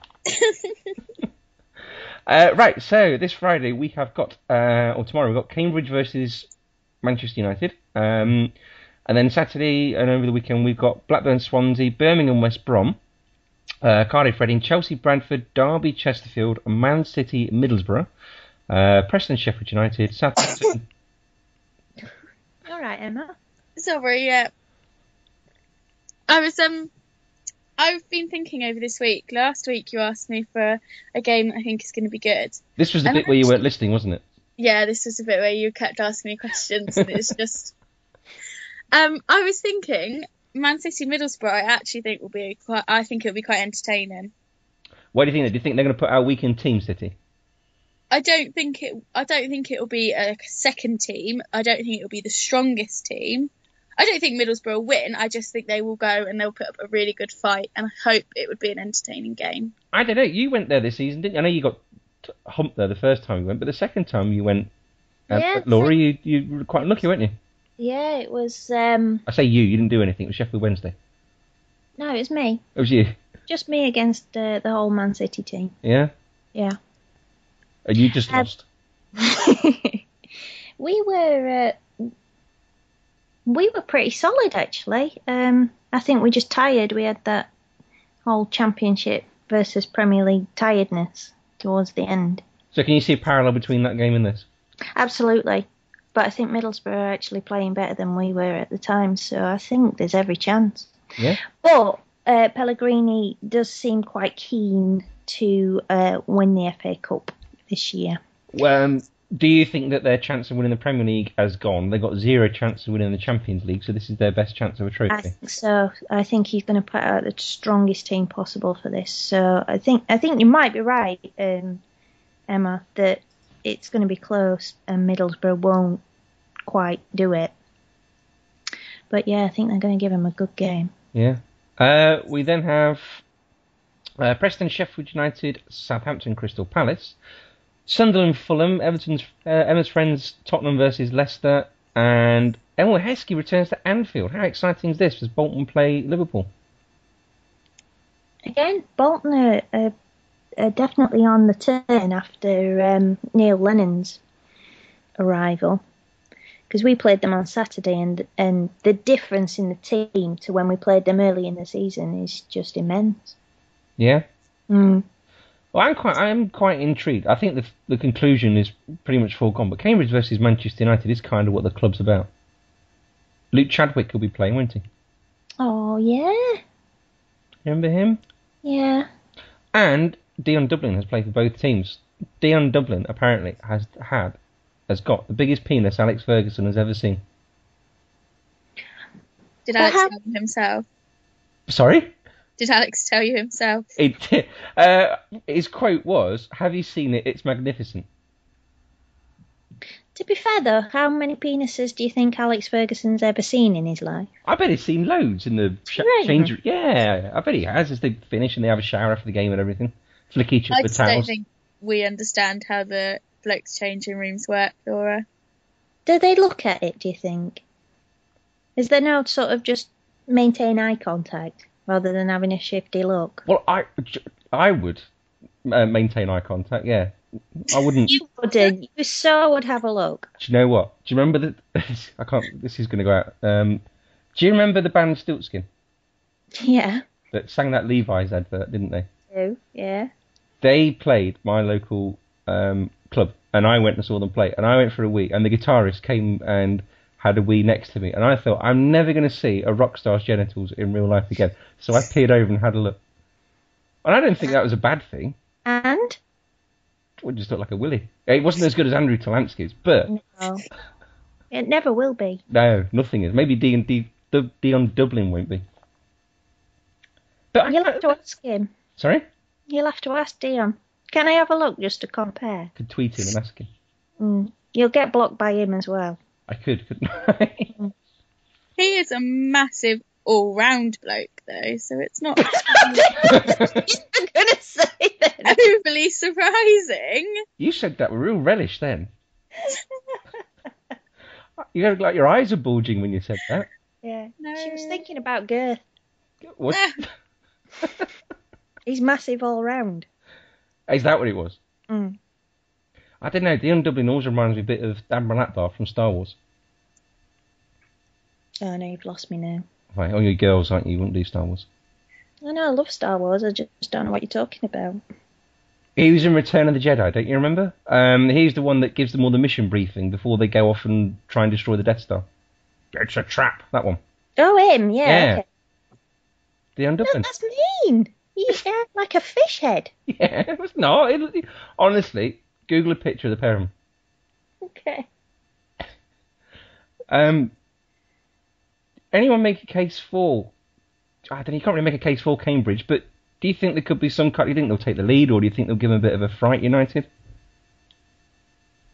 Speaker 1: Uh, right, so this Friday we have got, uh, or tomorrow we've got Cambridge versus Manchester United. Um, and then Saturday and over the weekend we've got Blackburn, Swansea, Birmingham, West Brom, uh, Cardiff, Reading, Chelsea, Brantford, Derby, Chesterfield, Man City, Middlesbrough, uh, Preston, Sheffield United, Southampton.
Speaker 3: All right, Emma.
Speaker 2: Sorry, yeah. I was um I've been thinking over this week. Last week you asked me for a game that I think is going to be good.
Speaker 1: this was the bit where you weren't listening, wasn't it?
Speaker 2: Yeah, this was a bit where you kept asking me questions and it's just um I was thinking Man City Middlesbrough I actually think will be quite I think it'll be quite entertaining.
Speaker 1: Why do you think that? Do you think they're going to put out weekend team City?
Speaker 2: I don't think it I don't think it'll be a second team. I don't think it'll be the strongest team. I don't think Middlesbrough will win. I just think they will go and they'll put up a really good fight and I hope it would be an entertaining game.
Speaker 1: I don't know. You went there this season, didn't you? I know you got t- humped there the first time you went, but the second time you went, uh,
Speaker 3: Yeah,
Speaker 1: Laura, you, you were quite lucky, weren't you?
Speaker 3: Yeah, it was. Um,
Speaker 1: I say you, you didn't do anything. It was Sheffield Wednesday.
Speaker 3: no, it was me.
Speaker 1: It was you.
Speaker 3: Just me against uh, the whole Man City team.
Speaker 1: Yeah?
Speaker 3: Yeah.
Speaker 1: And you just
Speaker 3: Uh,
Speaker 1: lost.
Speaker 3: we were uh, we were pretty solid actually. Um, I think we just tired. We had that whole championship versus Premier League tiredness towards the end.
Speaker 1: So can you see a parallel between that game and this?
Speaker 3: Absolutely. But I think Middlesbrough are actually playing better than we were at the time, so I think there's every chance.
Speaker 1: Yeah?
Speaker 3: But uh, Pellegrini does seem quite keen to uh, win the FA Cup this year.
Speaker 1: Well, um, do you think that their chance of winning the Premier League has gone? They've got zero chance of winning the Champions League, so this is their best chance of a trophy.
Speaker 3: I think so. I think he's going to put out the strongest team possible for this. So I think I think you might be right, um, Emma, that it's going to be close and Middlesbrough won't quite do it. But yeah, I think they're going to give him a good game.
Speaker 1: Yeah. Uh, we then have uh, Preston, Sheffield United, Southampton, Crystal Palace, Sunderland, Fulham, Everton's uh, Emma's friends, Tottenham versus Leicester, and Emil Heskey returns to Anfield. How exciting is this? As Bolton play Liverpool?
Speaker 3: Again, Bolton are, are, are definitely on the turn after um, Neil Lennon's arrival. Because we played them on Saturday, and and the difference in the team to when we played them early in the season is just immense.
Speaker 1: Yeah.
Speaker 3: Mm.
Speaker 1: Well, I'm quite, I'm quite intrigued. I think the the conclusion is pretty much foregone. But Cambridge versus Manchester United is kind of what the club's about. Luke Chadwick will be playing, won't he?
Speaker 3: Oh yeah,
Speaker 1: Remember him?
Speaker 3: yeah.
Speaker 1: And Dion Dublin has played for both teams. Dion Dublin apparently has had has got the biggest penis Alex Ferguson has ever seen.
Speaker 2: Did
Speaker 3: Well,
Speaker 2: Alex
Speaker 3: how-
Speaker 2: tell you himself?
Speaker 1: Sorry,
Speaker 2: Did Alex tell you himself?
Speaker 1: it, uh, his quote was, "Have you seen it? It's magnificent."
Speaker 3: To be fair though, how many penises do you think Alex Ferguson's ever seen in his life?
Speaker 1: I bet he's seen loads in the sh-
Speaker 3: Really?
Speaker 1: change. Yeah, I bet he has. As they finish and they have a shower after the game and everything, flick each
Speaker 2: I
Speaker 1: other
Speaker 2: just don't
Speaker 1: towels.
Speaker 2: think we understand how the blokes' changing rooms work, Laura.
Speaker 3: Do they look at it? Do you think? Is there no sort of just maintain eye contact rather than having a shifty look?
Speaker 1: Well, I I would uh, maintain eye contact. Yeah, I wouldn't.
Speaker 3: You wouldn't. You so would have a look.
Speaker 1: Do you know what? Do you remember the? I can't. This is going to go out. Um, do you remember the band Stiltskin
Speaker 3: Yeah.
Speaker 1: that sang that Levi's advert, didn't they?
Speaker 3: Do. Yeah.
Speaker 1: They played my local um, club, and I went and saw them play. And I went for a wee, and the guitarist came and had a wee next to me. And I thought, I'm never going to see a rock star's genitals in real life again. So I peered over and had a look. And I don't think that was a bad thing.
Speaker 3: And
Speaker 1: It would just look like a willy. It wasn't as good as Andrew Talansky's, but
Speaker 3: no, it never will be.
Speaker 1: No, nothing is. Maybe D and D Dion Dublin won't be. But I
Speaker 3: You'll
Speaker 1: can't,
Speaker 3: have to ask him.
Speaker 1: sorry,
Speaker 3: You'll have to ask Dion. Can I have a look just to compare?
Speaker 1: could tweet him and ask him.
Speaker 3: Mm. You'll get blocked by him as well.
Speaker 1: I could, couldn't I?
Speaker 2: He is a massive all-round bloke, though, so it's not
Speaker 3: I'm gonna say that.
Speaker 2: overly surprising.
Speaker 1: you said that with real relish then. You look like your eyes are bulging when you said that.
Speaker 3: Yeah.
Speaker 2: No.
Speaker 3: She was thinking about girth.
Speaker 1: What
Speaker 3: He's massive all round.
Speaker 1: is that? What it was?
Speaker 3: Mm.
Speaker 1: I don't know. The undoubling always reminds me a bit of Admiral Akbar from Star Wars.
Speaker 3: Oh no, you've lost me now.
Speaker 1: Right, all oh, you girls, aren't you? You wouldn't do Star Wars.
Speaker 3: I know I love Star Wars. I just don't know what you're talking about.
Speaker 1: He was in Return of the Jedi, don't you remember? Um, he's the one that gives them all the mission briefing before they go off and try and destroy the Death Star. It's a trap, that one.
Speaker 3: Oh, him, yeah.
Speaker 1: Yeah.
Speaker 3: okay.
Speaker 1: The
Speaker 3: No,
Speaker 1: undoubling.
Speaker 3: that's mean. You sound like a fish head.
Speaker 1: yeah, it was not. It, honestly, Google a picture of the pair of them.
Speaker 3: Okay.
Speaker 1: Um, anyone make a case for? I don't. know, You can't really make a case for Cambridge, but do you think there could be some kind? Do you think they'll take the lead, or do you think they'll give them a bit of a fright? United.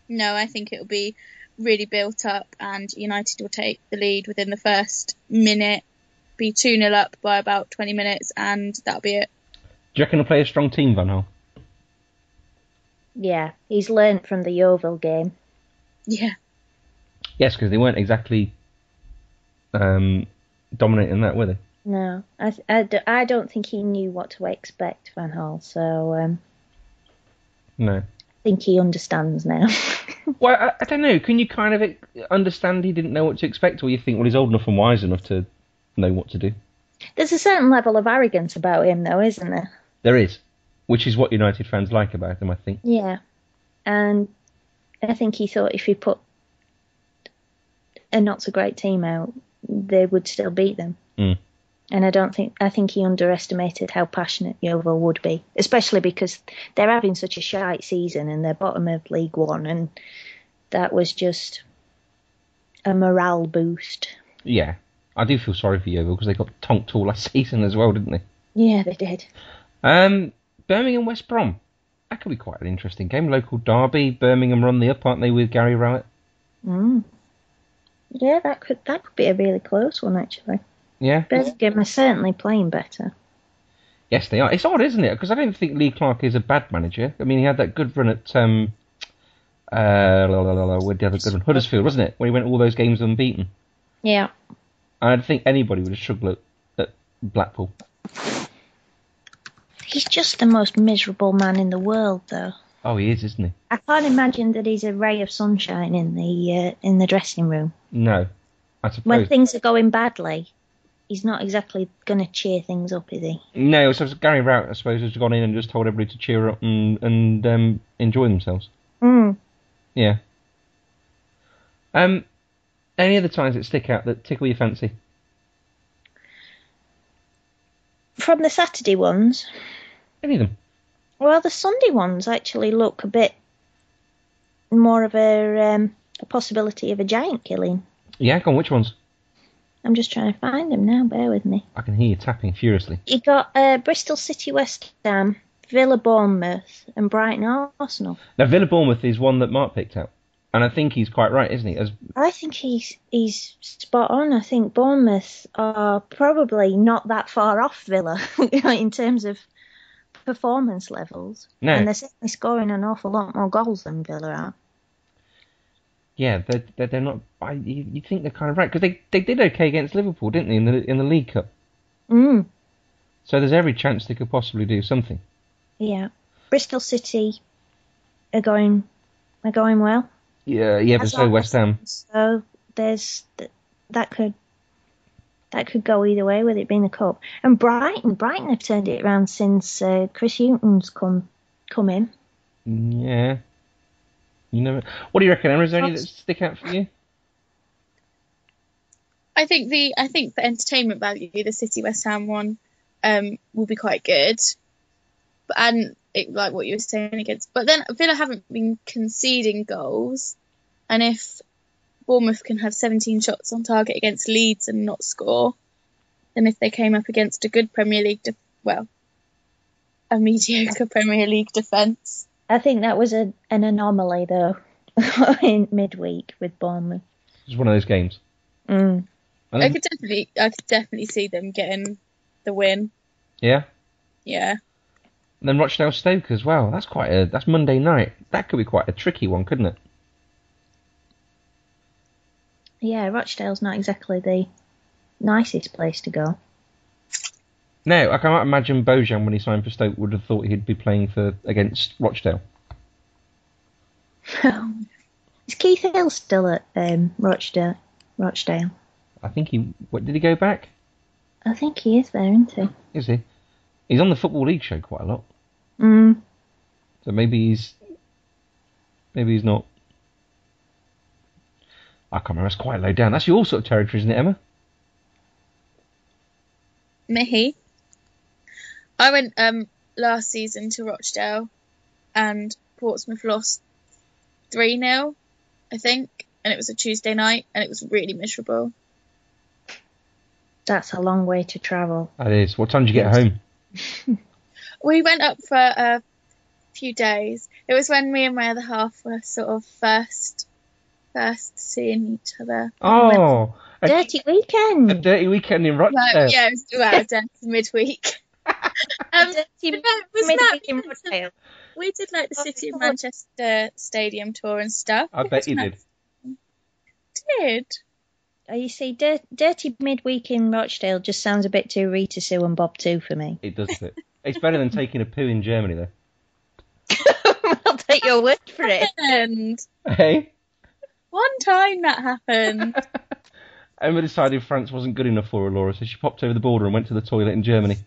Speaker 2: No, I think it'll be really built up, and United will take the lead within the first minute, be 2 0 up by about 20 minutes, and that'll be it.
Speaker 1: Do you reckon they'll play a strong team, Van Hal?
Speaker 3: Yeah, he's learnt from the Yeovil game.
Speaker 2: Yeah.
Speaker 1: Yes, because they weren't exactly um, dominating that, were they?
Speaker 3: No, I, th- I, d- I don't think he knew what to expect, Van Hal, so um,
Speaker 1: No.
Speaker 3: I think he understands now.
Speaker 1: Well, I, I don't know. Can you kind of ex- understand he didn't know what to expect, or you think, well, he's old enough and wise enough to know what to do?
Speaker 3: There's a certain level of arrogance about him, though, isn't there?
Speaker 1: There is, which is what United fans like about him, I think.
Speaker 3: Yeah. And I think he thought if he put a not so great team out, they would still beat them.
Speaker 1: Mm.
Speaker 3: And I don't think I think he underestimated how passionate Yeovil would be, especially because they're having such a shite season and they're bottom of League One, and that was just a morale boost.
Speaker 1: Yeah, I do feel sorry for Yeovil because they got tonked all last season as well, didn't they?
Speaker 3: Yeah, they did.
Speaker 1: Um, Birmingham West Brom. That could be quite an interesting game. Local derby. Birmingham run the up, aren't they, with Gary Rowett?
Speaker 3: Mm. Yeah, that could that could be a really close one actually.
Speaker 1: Yeah.
Speaker 3: Birmingham are certainly playing better.
Speaker 1: Yes, they are. It's odd, isn't it? Because I don't think Lee Clark is a bad manager. I mean, he had that good run at um, uh, la, la, la, la, where the other good one, Huddersfield, wasn't it? When he went all those games unbeaten.
Speaker 3: Yeah.
Speaker 1: And I think anybody would have struggled at, at Blackpool.
Speaker 3: He's just the most miserable man in the world, though.
Speaker 1: Oh, he is, isn't he?
Speaker 3: I can't imagine that he's a ray of sunshine in the uh, in the dressing room
Speaker 1: No, I
Speaker 3: when
Speaker 1: suppose.
Speaker 3: things are going badly. He's not exactly going to cheer things up, is he?
Speaker 1: No, so Gary Rout, I suppose, has gone in and just told everybody to cheer up and and um, enjoy themselves.
Speaker 3: Mm.
Speaker 1: Yeah. Um, any other times that stick out that tickle your fancy?
Speaker 3: From the Saturday ones,
Speaker 1: Any of them?
Speaker 3: well, the Sunday ones actually look a bit more of a um, a possibility of a giant killing.
Speaker 1: Yeah, go on. Which ones?
Speaker 3: I'm just trying to find them now. Bear with me.
Speaker 1: I can hear you tapping furiously.
Speaker 3: You got uh, Bristol City, West Ham, Villa, Bournemouth, and Brighton, Arsenal.
Speaker 1: Now, Villa Bournemouth is one that Mark picked out, and I think he's quite right, isn't he? As
Speaker 3: I think he's he's spot on. I think Bournemouth are probably not that far off Villa in terms of performance levels,
Speaker 1: No.
Speaker 3: and they're certainly scoring an awful lot more goals than Villa are.
Speaker 1: yeah, they're they're, they're not. I, you, you think they're kind of right because they they did okay against Liverpool, didn't they, in the in the League Cup?
Speaker 3: Mm,
Speaker 1: So there's every chance they could possibly do something.
Speaker 3: yeah, Bristol City are going are going well.
Speaker 1: Yeah, yeah, but
Speaker 3: As
Speaker 1: so
Speaker 3: long
Speaker 1: West
Speaker 3: as-
Speaker 1: Ham.
Speaker 3: So there's th- that could that could go either way with it being the cup. And Brighton, Brighton have turned it around since uh, Chris Hughton's come come in.
Speaker 1: Yeah. You never. What do you reckon, Emma? Is there any that
Speaker 3: That's-
Speaker 1: stick out for you?
Speaker 2: I think the I think for entertainment value, the City West Ham one um, will be quite good, but, and it, like what you were saying against. But then Villa haven't been conceding goals, and if Bournemouth can have 17 shots on target against Leeds and not score, then if they came up against a good Premier League, def- well, a mediocre Premier League defence,
Speaker 3: I think that was a, an anomaly, though, in midweek with Bournemouth.
Speaker 1: It's one of those games.
Speaker 3: Mm.
Speaker 1: I
Speaker 2: I
Speaker 1: think,
Speaker 2: could definitely I could definitely see them getting the win.
Speaker 1: yeah.
Speaker 2: Yeah.
Speaker 1: And then Rochdale Stoke as well. That's quite a. That's Monday night. That could be quite a tricky one, couldn't it?
Speaker 3: Yeah, Rochdale's not exactly the nicest place to go.
Speaker 1: No, I can't imagine Bojan when he signed for Stoke would have thought he'd be playing for against Rochdale.
Speaker 3: Is Keith Hill still at um, Rochdale? Rochdale.
Speaker 1: I think he. What did he go back?
Speaker 3: I think he is there, isn't he?
Speaker 1: Is he? He's on the Football League show quite a lot,
Speaker 3: Mm.
Speaker 1: so maybe he's. Maybe he's not. I can't remember. That's quite low down. That's your sort of territory, isn't it, Emma?
Speaker 2: Mihi. I went um last season to Rochdale and Portsmouth lost 3 0, I think, and it was a Tuesday night and it was really miserable.
Speaker 3: That's a long way to travel.
Speaker 1: That is. What time did you get home?
Speaker 2: We went up for a few days. It was when me and my other half were sort of first first seeing each other.
Speaker 1: Oh, a,
Speaker 3: Dirty
Speaker 1: a
Speaker 3: weekend.
Speaker 1: dirty weekend in Rochdale.
Speaker 2: Well, yeah, it was about a day to midweek. um,
Speaker 3: Dirty
Speaker 2: but no, wasn't that
Speaker 3: midweek in Rochdale.
Speaker 2: We did like the
Speaker 3: Oh,
Speaker 2: City of
Speaker 3: God.
Speaker 2: Manchester Stadium tour and stuff.
Speaker 1: I
Speaker 2: It
Speaker 1: bet
Speaker 2: was
Speaker 1: you
Speaker 2: nice.
Speaker 1: did.
Speaker 2: Did
Speaker 3: Oh, You see, dir- dirty midweek in Rochdale just sounds a bit too Rita Sue and Bob too for me.
Speaker 1: It does it. It's better than taking a poo in Germany, though.
Speaker 3: I'll take your word for it.
Speaker 2: and
Speaker 1: Hey,
Speaker 2: one time that happened.
Speaker 1: Emma decided France wasn't good enough for her, Laura, so she popped over the border and went to the toilet in Germany.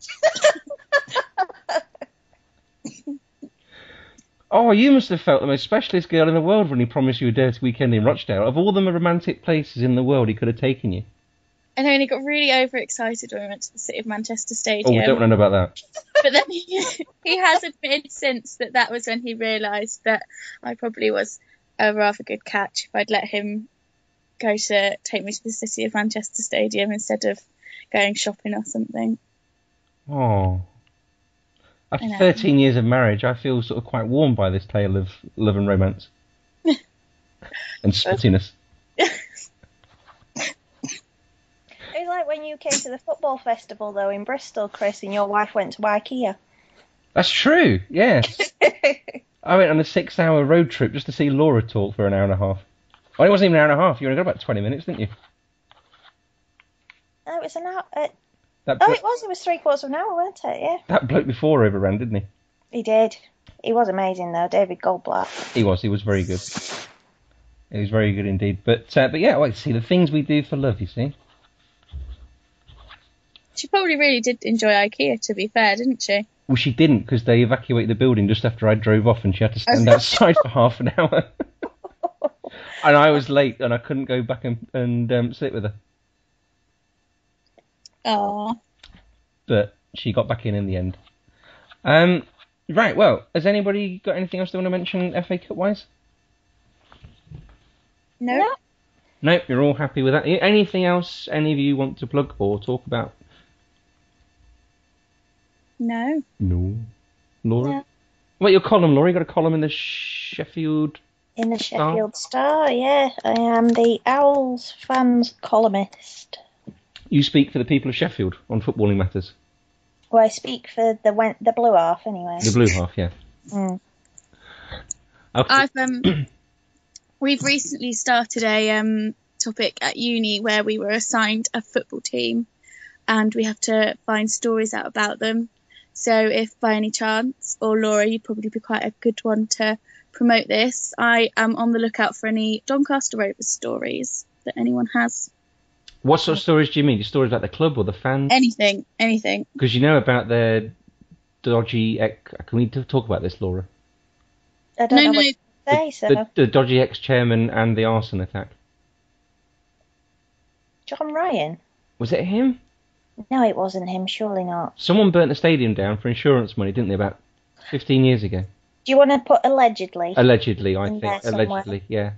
Speaker 1: oh, you must have felt the most specialist girl in the world when he promised you a dirty weekend in Rochdale. Of all the romantic places in the world, he could have taken you.
Speaker 2: I know, and he got really overexcited when we went to the City of Manchester
Speaker 1: Oh, we
Speaker 2: Stadium.
Speaker 1: don't know about that.
Speaker 2: but then he, he has admitted since that that was when he realised that I probably was a rather good catch if I'd let him go to take me to the City of Manchester Stadium instead of going shopping or something.
Speaker 1: Oh.
Speaker 2: I
Speaker 1: After
Speaker 2: know.
Speaker 1: 13 years of marriage, I feel sort of quite warmed by this tale of love and romance. and spittiness.
Speaker 3: It was like when you came to the football festival though in Bristol, Chris, and your wife went to IKEA.
Speaker 1: That's true, yes. I went on a six hour road trip just to see Laura talk for an hour and a half. Well, it wasn't even an hour and a half. You only got about 20 minutes, didn't you?
Speaker 3: Oh, it was an hour. Uh,
Speaker 1: That,
Speaker 3: oh,
Speaker 1: blo-
Speaker 3: it was. It was three quarters of an hour, wasn't it? Yeah,
Speaker 1: that bloke before overran, didn't he?
Speaker 3: he did. He was amazing though, David Goldblatt.
Speaker 1: He was. He was very good. He was very good indeed. But uh, but yeah, I like to see the things we do for love, you see.
Speaker 2: She probably really did enjoy IKEA, to be fair, didn't she?
Speaker 1: Well, she didn't because they evacuated the building just after I drove off and she had to stand outside for half an hour. and I was late and I couldn't go back and, and um, sit with her.
Speaker 2: Oh,
Speaker 1: but she got back in in the end. Um, right. Well, has anybody got anything else they want to mention FA Cup wise?
Speaker 2: no.
Speaker 1: Nope. You're all happy with that. A- Anything else any of you want to plug or talk about?
Speaker 2: No.
Speaker 1: No. Laura.
Speaker 3: No.
Speaker 1: What your column, Laura? You got a column in the Sheffield. Oh.
Speaker 3: In the Sheffield Star, yeah, I am the Owls fans columnist.
Speaker 1: You speak for the people of Sheffield on footballing matters.
Speaker 3: Well, I speak for the went the blue half anyway.
Speaker 1: The blue half, yeah. Oh,
Speaker 3: Mm.
Speaker 1: Okay.
Speaker 2: I've um, we've recently started a um topic at uni where we were assigned a football team, and we have to find stories out about them. So if by any chance, or Laura, you'd probably be quite a good one to promote this. I am on the lookout for any Doncaster Rovers stories that anyone has.
Speaker 1: What sort of stories do you mean? Your stories about the club or the
Speaker 2: Eh.
Speaker 1: fans?
Speaker 2: Anything, anything.
Speaker 1: Because you know about their dodgy. Ex- Can we t- talk about this, Laura?
Speaker 3: I don't
Speaker 2: No,
Speaker 3: know
Speaker 2: no,
Speaker 3: what
Speaker 2: no.
Speaker 3: to say. So
Speaker 1: The, the dodgy ex-chairman and the arson attack.
Speaker 3: John Ryan.
Speaker 1: Was it him?
Speaker 3: No, it wasn't him. Surely not.
Speaker 1: Someone burnt the stadium down for insurance money, didn't they? About 15 years ago,
Speaker 3: Do you want to put allegedly?
Speaker 1: allegedly. I
Speaker 3: In
Speaker 1: think
Speaker 3: there somewhere.
Speaker 1: allegedly, yeah.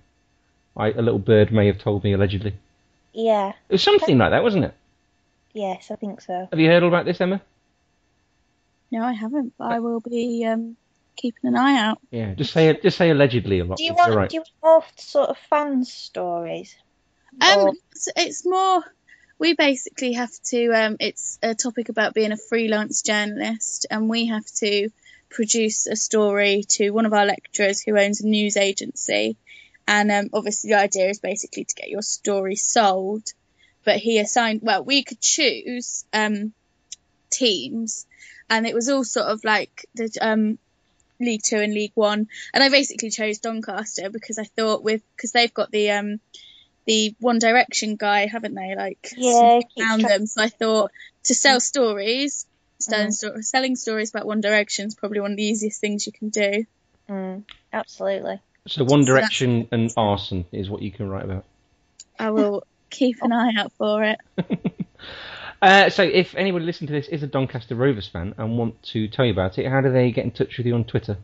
Speaker 1: I, a little bird may have told me allegedly. It
Speaker 3: yeah.
Speaker 1: was something like that, wasn't it?
Speaker 3: Yes, I think so.
Speaker 1: Have you heard all about this, Emma?
Speaker 2: No, I haven't, but I will be um, keeping an eye out.
Speaker 1: Yeah. Just say just say allegedly a lot.
Speaker 3: Do you
Speaker 1: it's
Speaker 3: want
Speaker 1: all Oh, right.
Speaker 3: do you want more sort of fan stories?
Speaker 2: Um,
Speaker 3: Or-
Speaker 2: it's, it's more. We basically have to. Um, it's a topic about being a freelance journalist, and we have to produce a story to one of our lecturers who owns a news agency. And um, obviously, the idea is basically to get your story sold. But he assigned. Well, we could choose um, teams, and it was all sort of like the um, League Two and League One, and I basically chose Doncaster because I thought with because they've got the um the One Direction guy, haven't they? Like
Speaker 3: Yeah, keep
Speaker 2: found
Speaker 3: tra-
Speaker 2: them. So I thought to sell stories, selling, sto- selling stories about One Direction is probably one of the easiest things you can do.
Speaker 3: Mm, absolutely.
Speaker 1: So One
Speaker 2: So that's-
Speaker 1: Direction and arson is what you can write about.
Speaker 2: I will keep an eye out for it.
Speaker 1: Uh, so if anyone listening to this is a Doncaster Rovers fan and want to tell you about it, how do they get in touch with you on Twitter?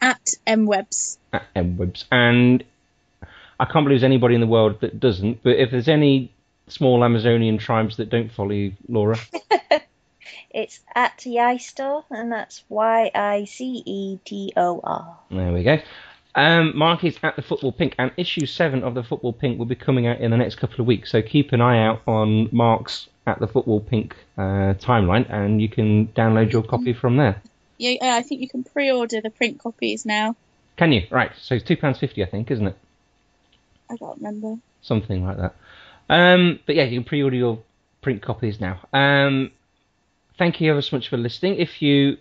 Speaker 2: At MWebs.
Speaker 1: at MWebs. And I can't believe there's anybody in the world that doesn't, but if there's any small Amazonian tribes that don't follow you, Laura,
Speaker 3: It's at Store, and that's Y I C E T O R.
Speaker 1: there we go. Um, Mark is at the Football Pink, and issue 7 of the Football Pink will be coming out in the next couple of weeks, so keep an eye out on Mark's at the Football Pink uh, timeline, and you can download your copy from there.
Speaker 2: Yeah, I think you can pre-order the print copies now.
Speaker 1: Can you? Right, so it's £2.50, I think, isn't it?
Speaker 2: I can't remember.
Speaker 1: something like that. Um, but yeah, you can pre-order your print copies now. Um, thank you ever so much for listening. If you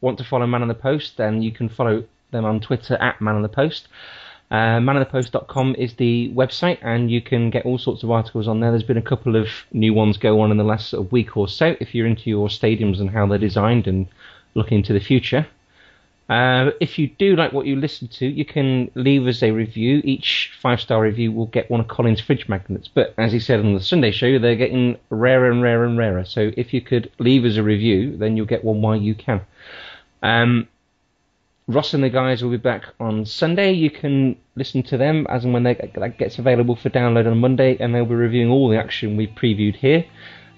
Speaker 1: want to follow Man on the Post, then you can follow them on Twitter at Man on the Post. Uh, manonthepost.com is the website, and you can get all sorts of articles on there. There's been a couple of new ones go on in the last sort of week or so. If you're into your stadiums and how they're designed and looking into the future, uh, if you do like what you listen to, you can leave us a review. Each five star review will get one of Colin's fridge magnets. But as he said on the Sunday show, they're getting rarer and rarer and rarer. So if you could leave us a review, then you'll get one while you can. Um, Ross and the guys will be back on Sunday. You can listen to them as and when they, that gets available for download on Monday, and they'll be reviewing all the action we previewed here.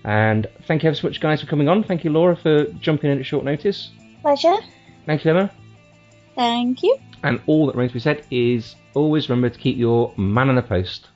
Speaker 1: And thank you ever so much, guys, for coming on. Thank you, Laura, for jumping in at short notice.
Speaker 3: Pleasure.
Speaker 1: Thank you, Emma.
Speaker 2: Thank you.
Speaker 1: And all that remains to be said is always remember to keep your man on the post.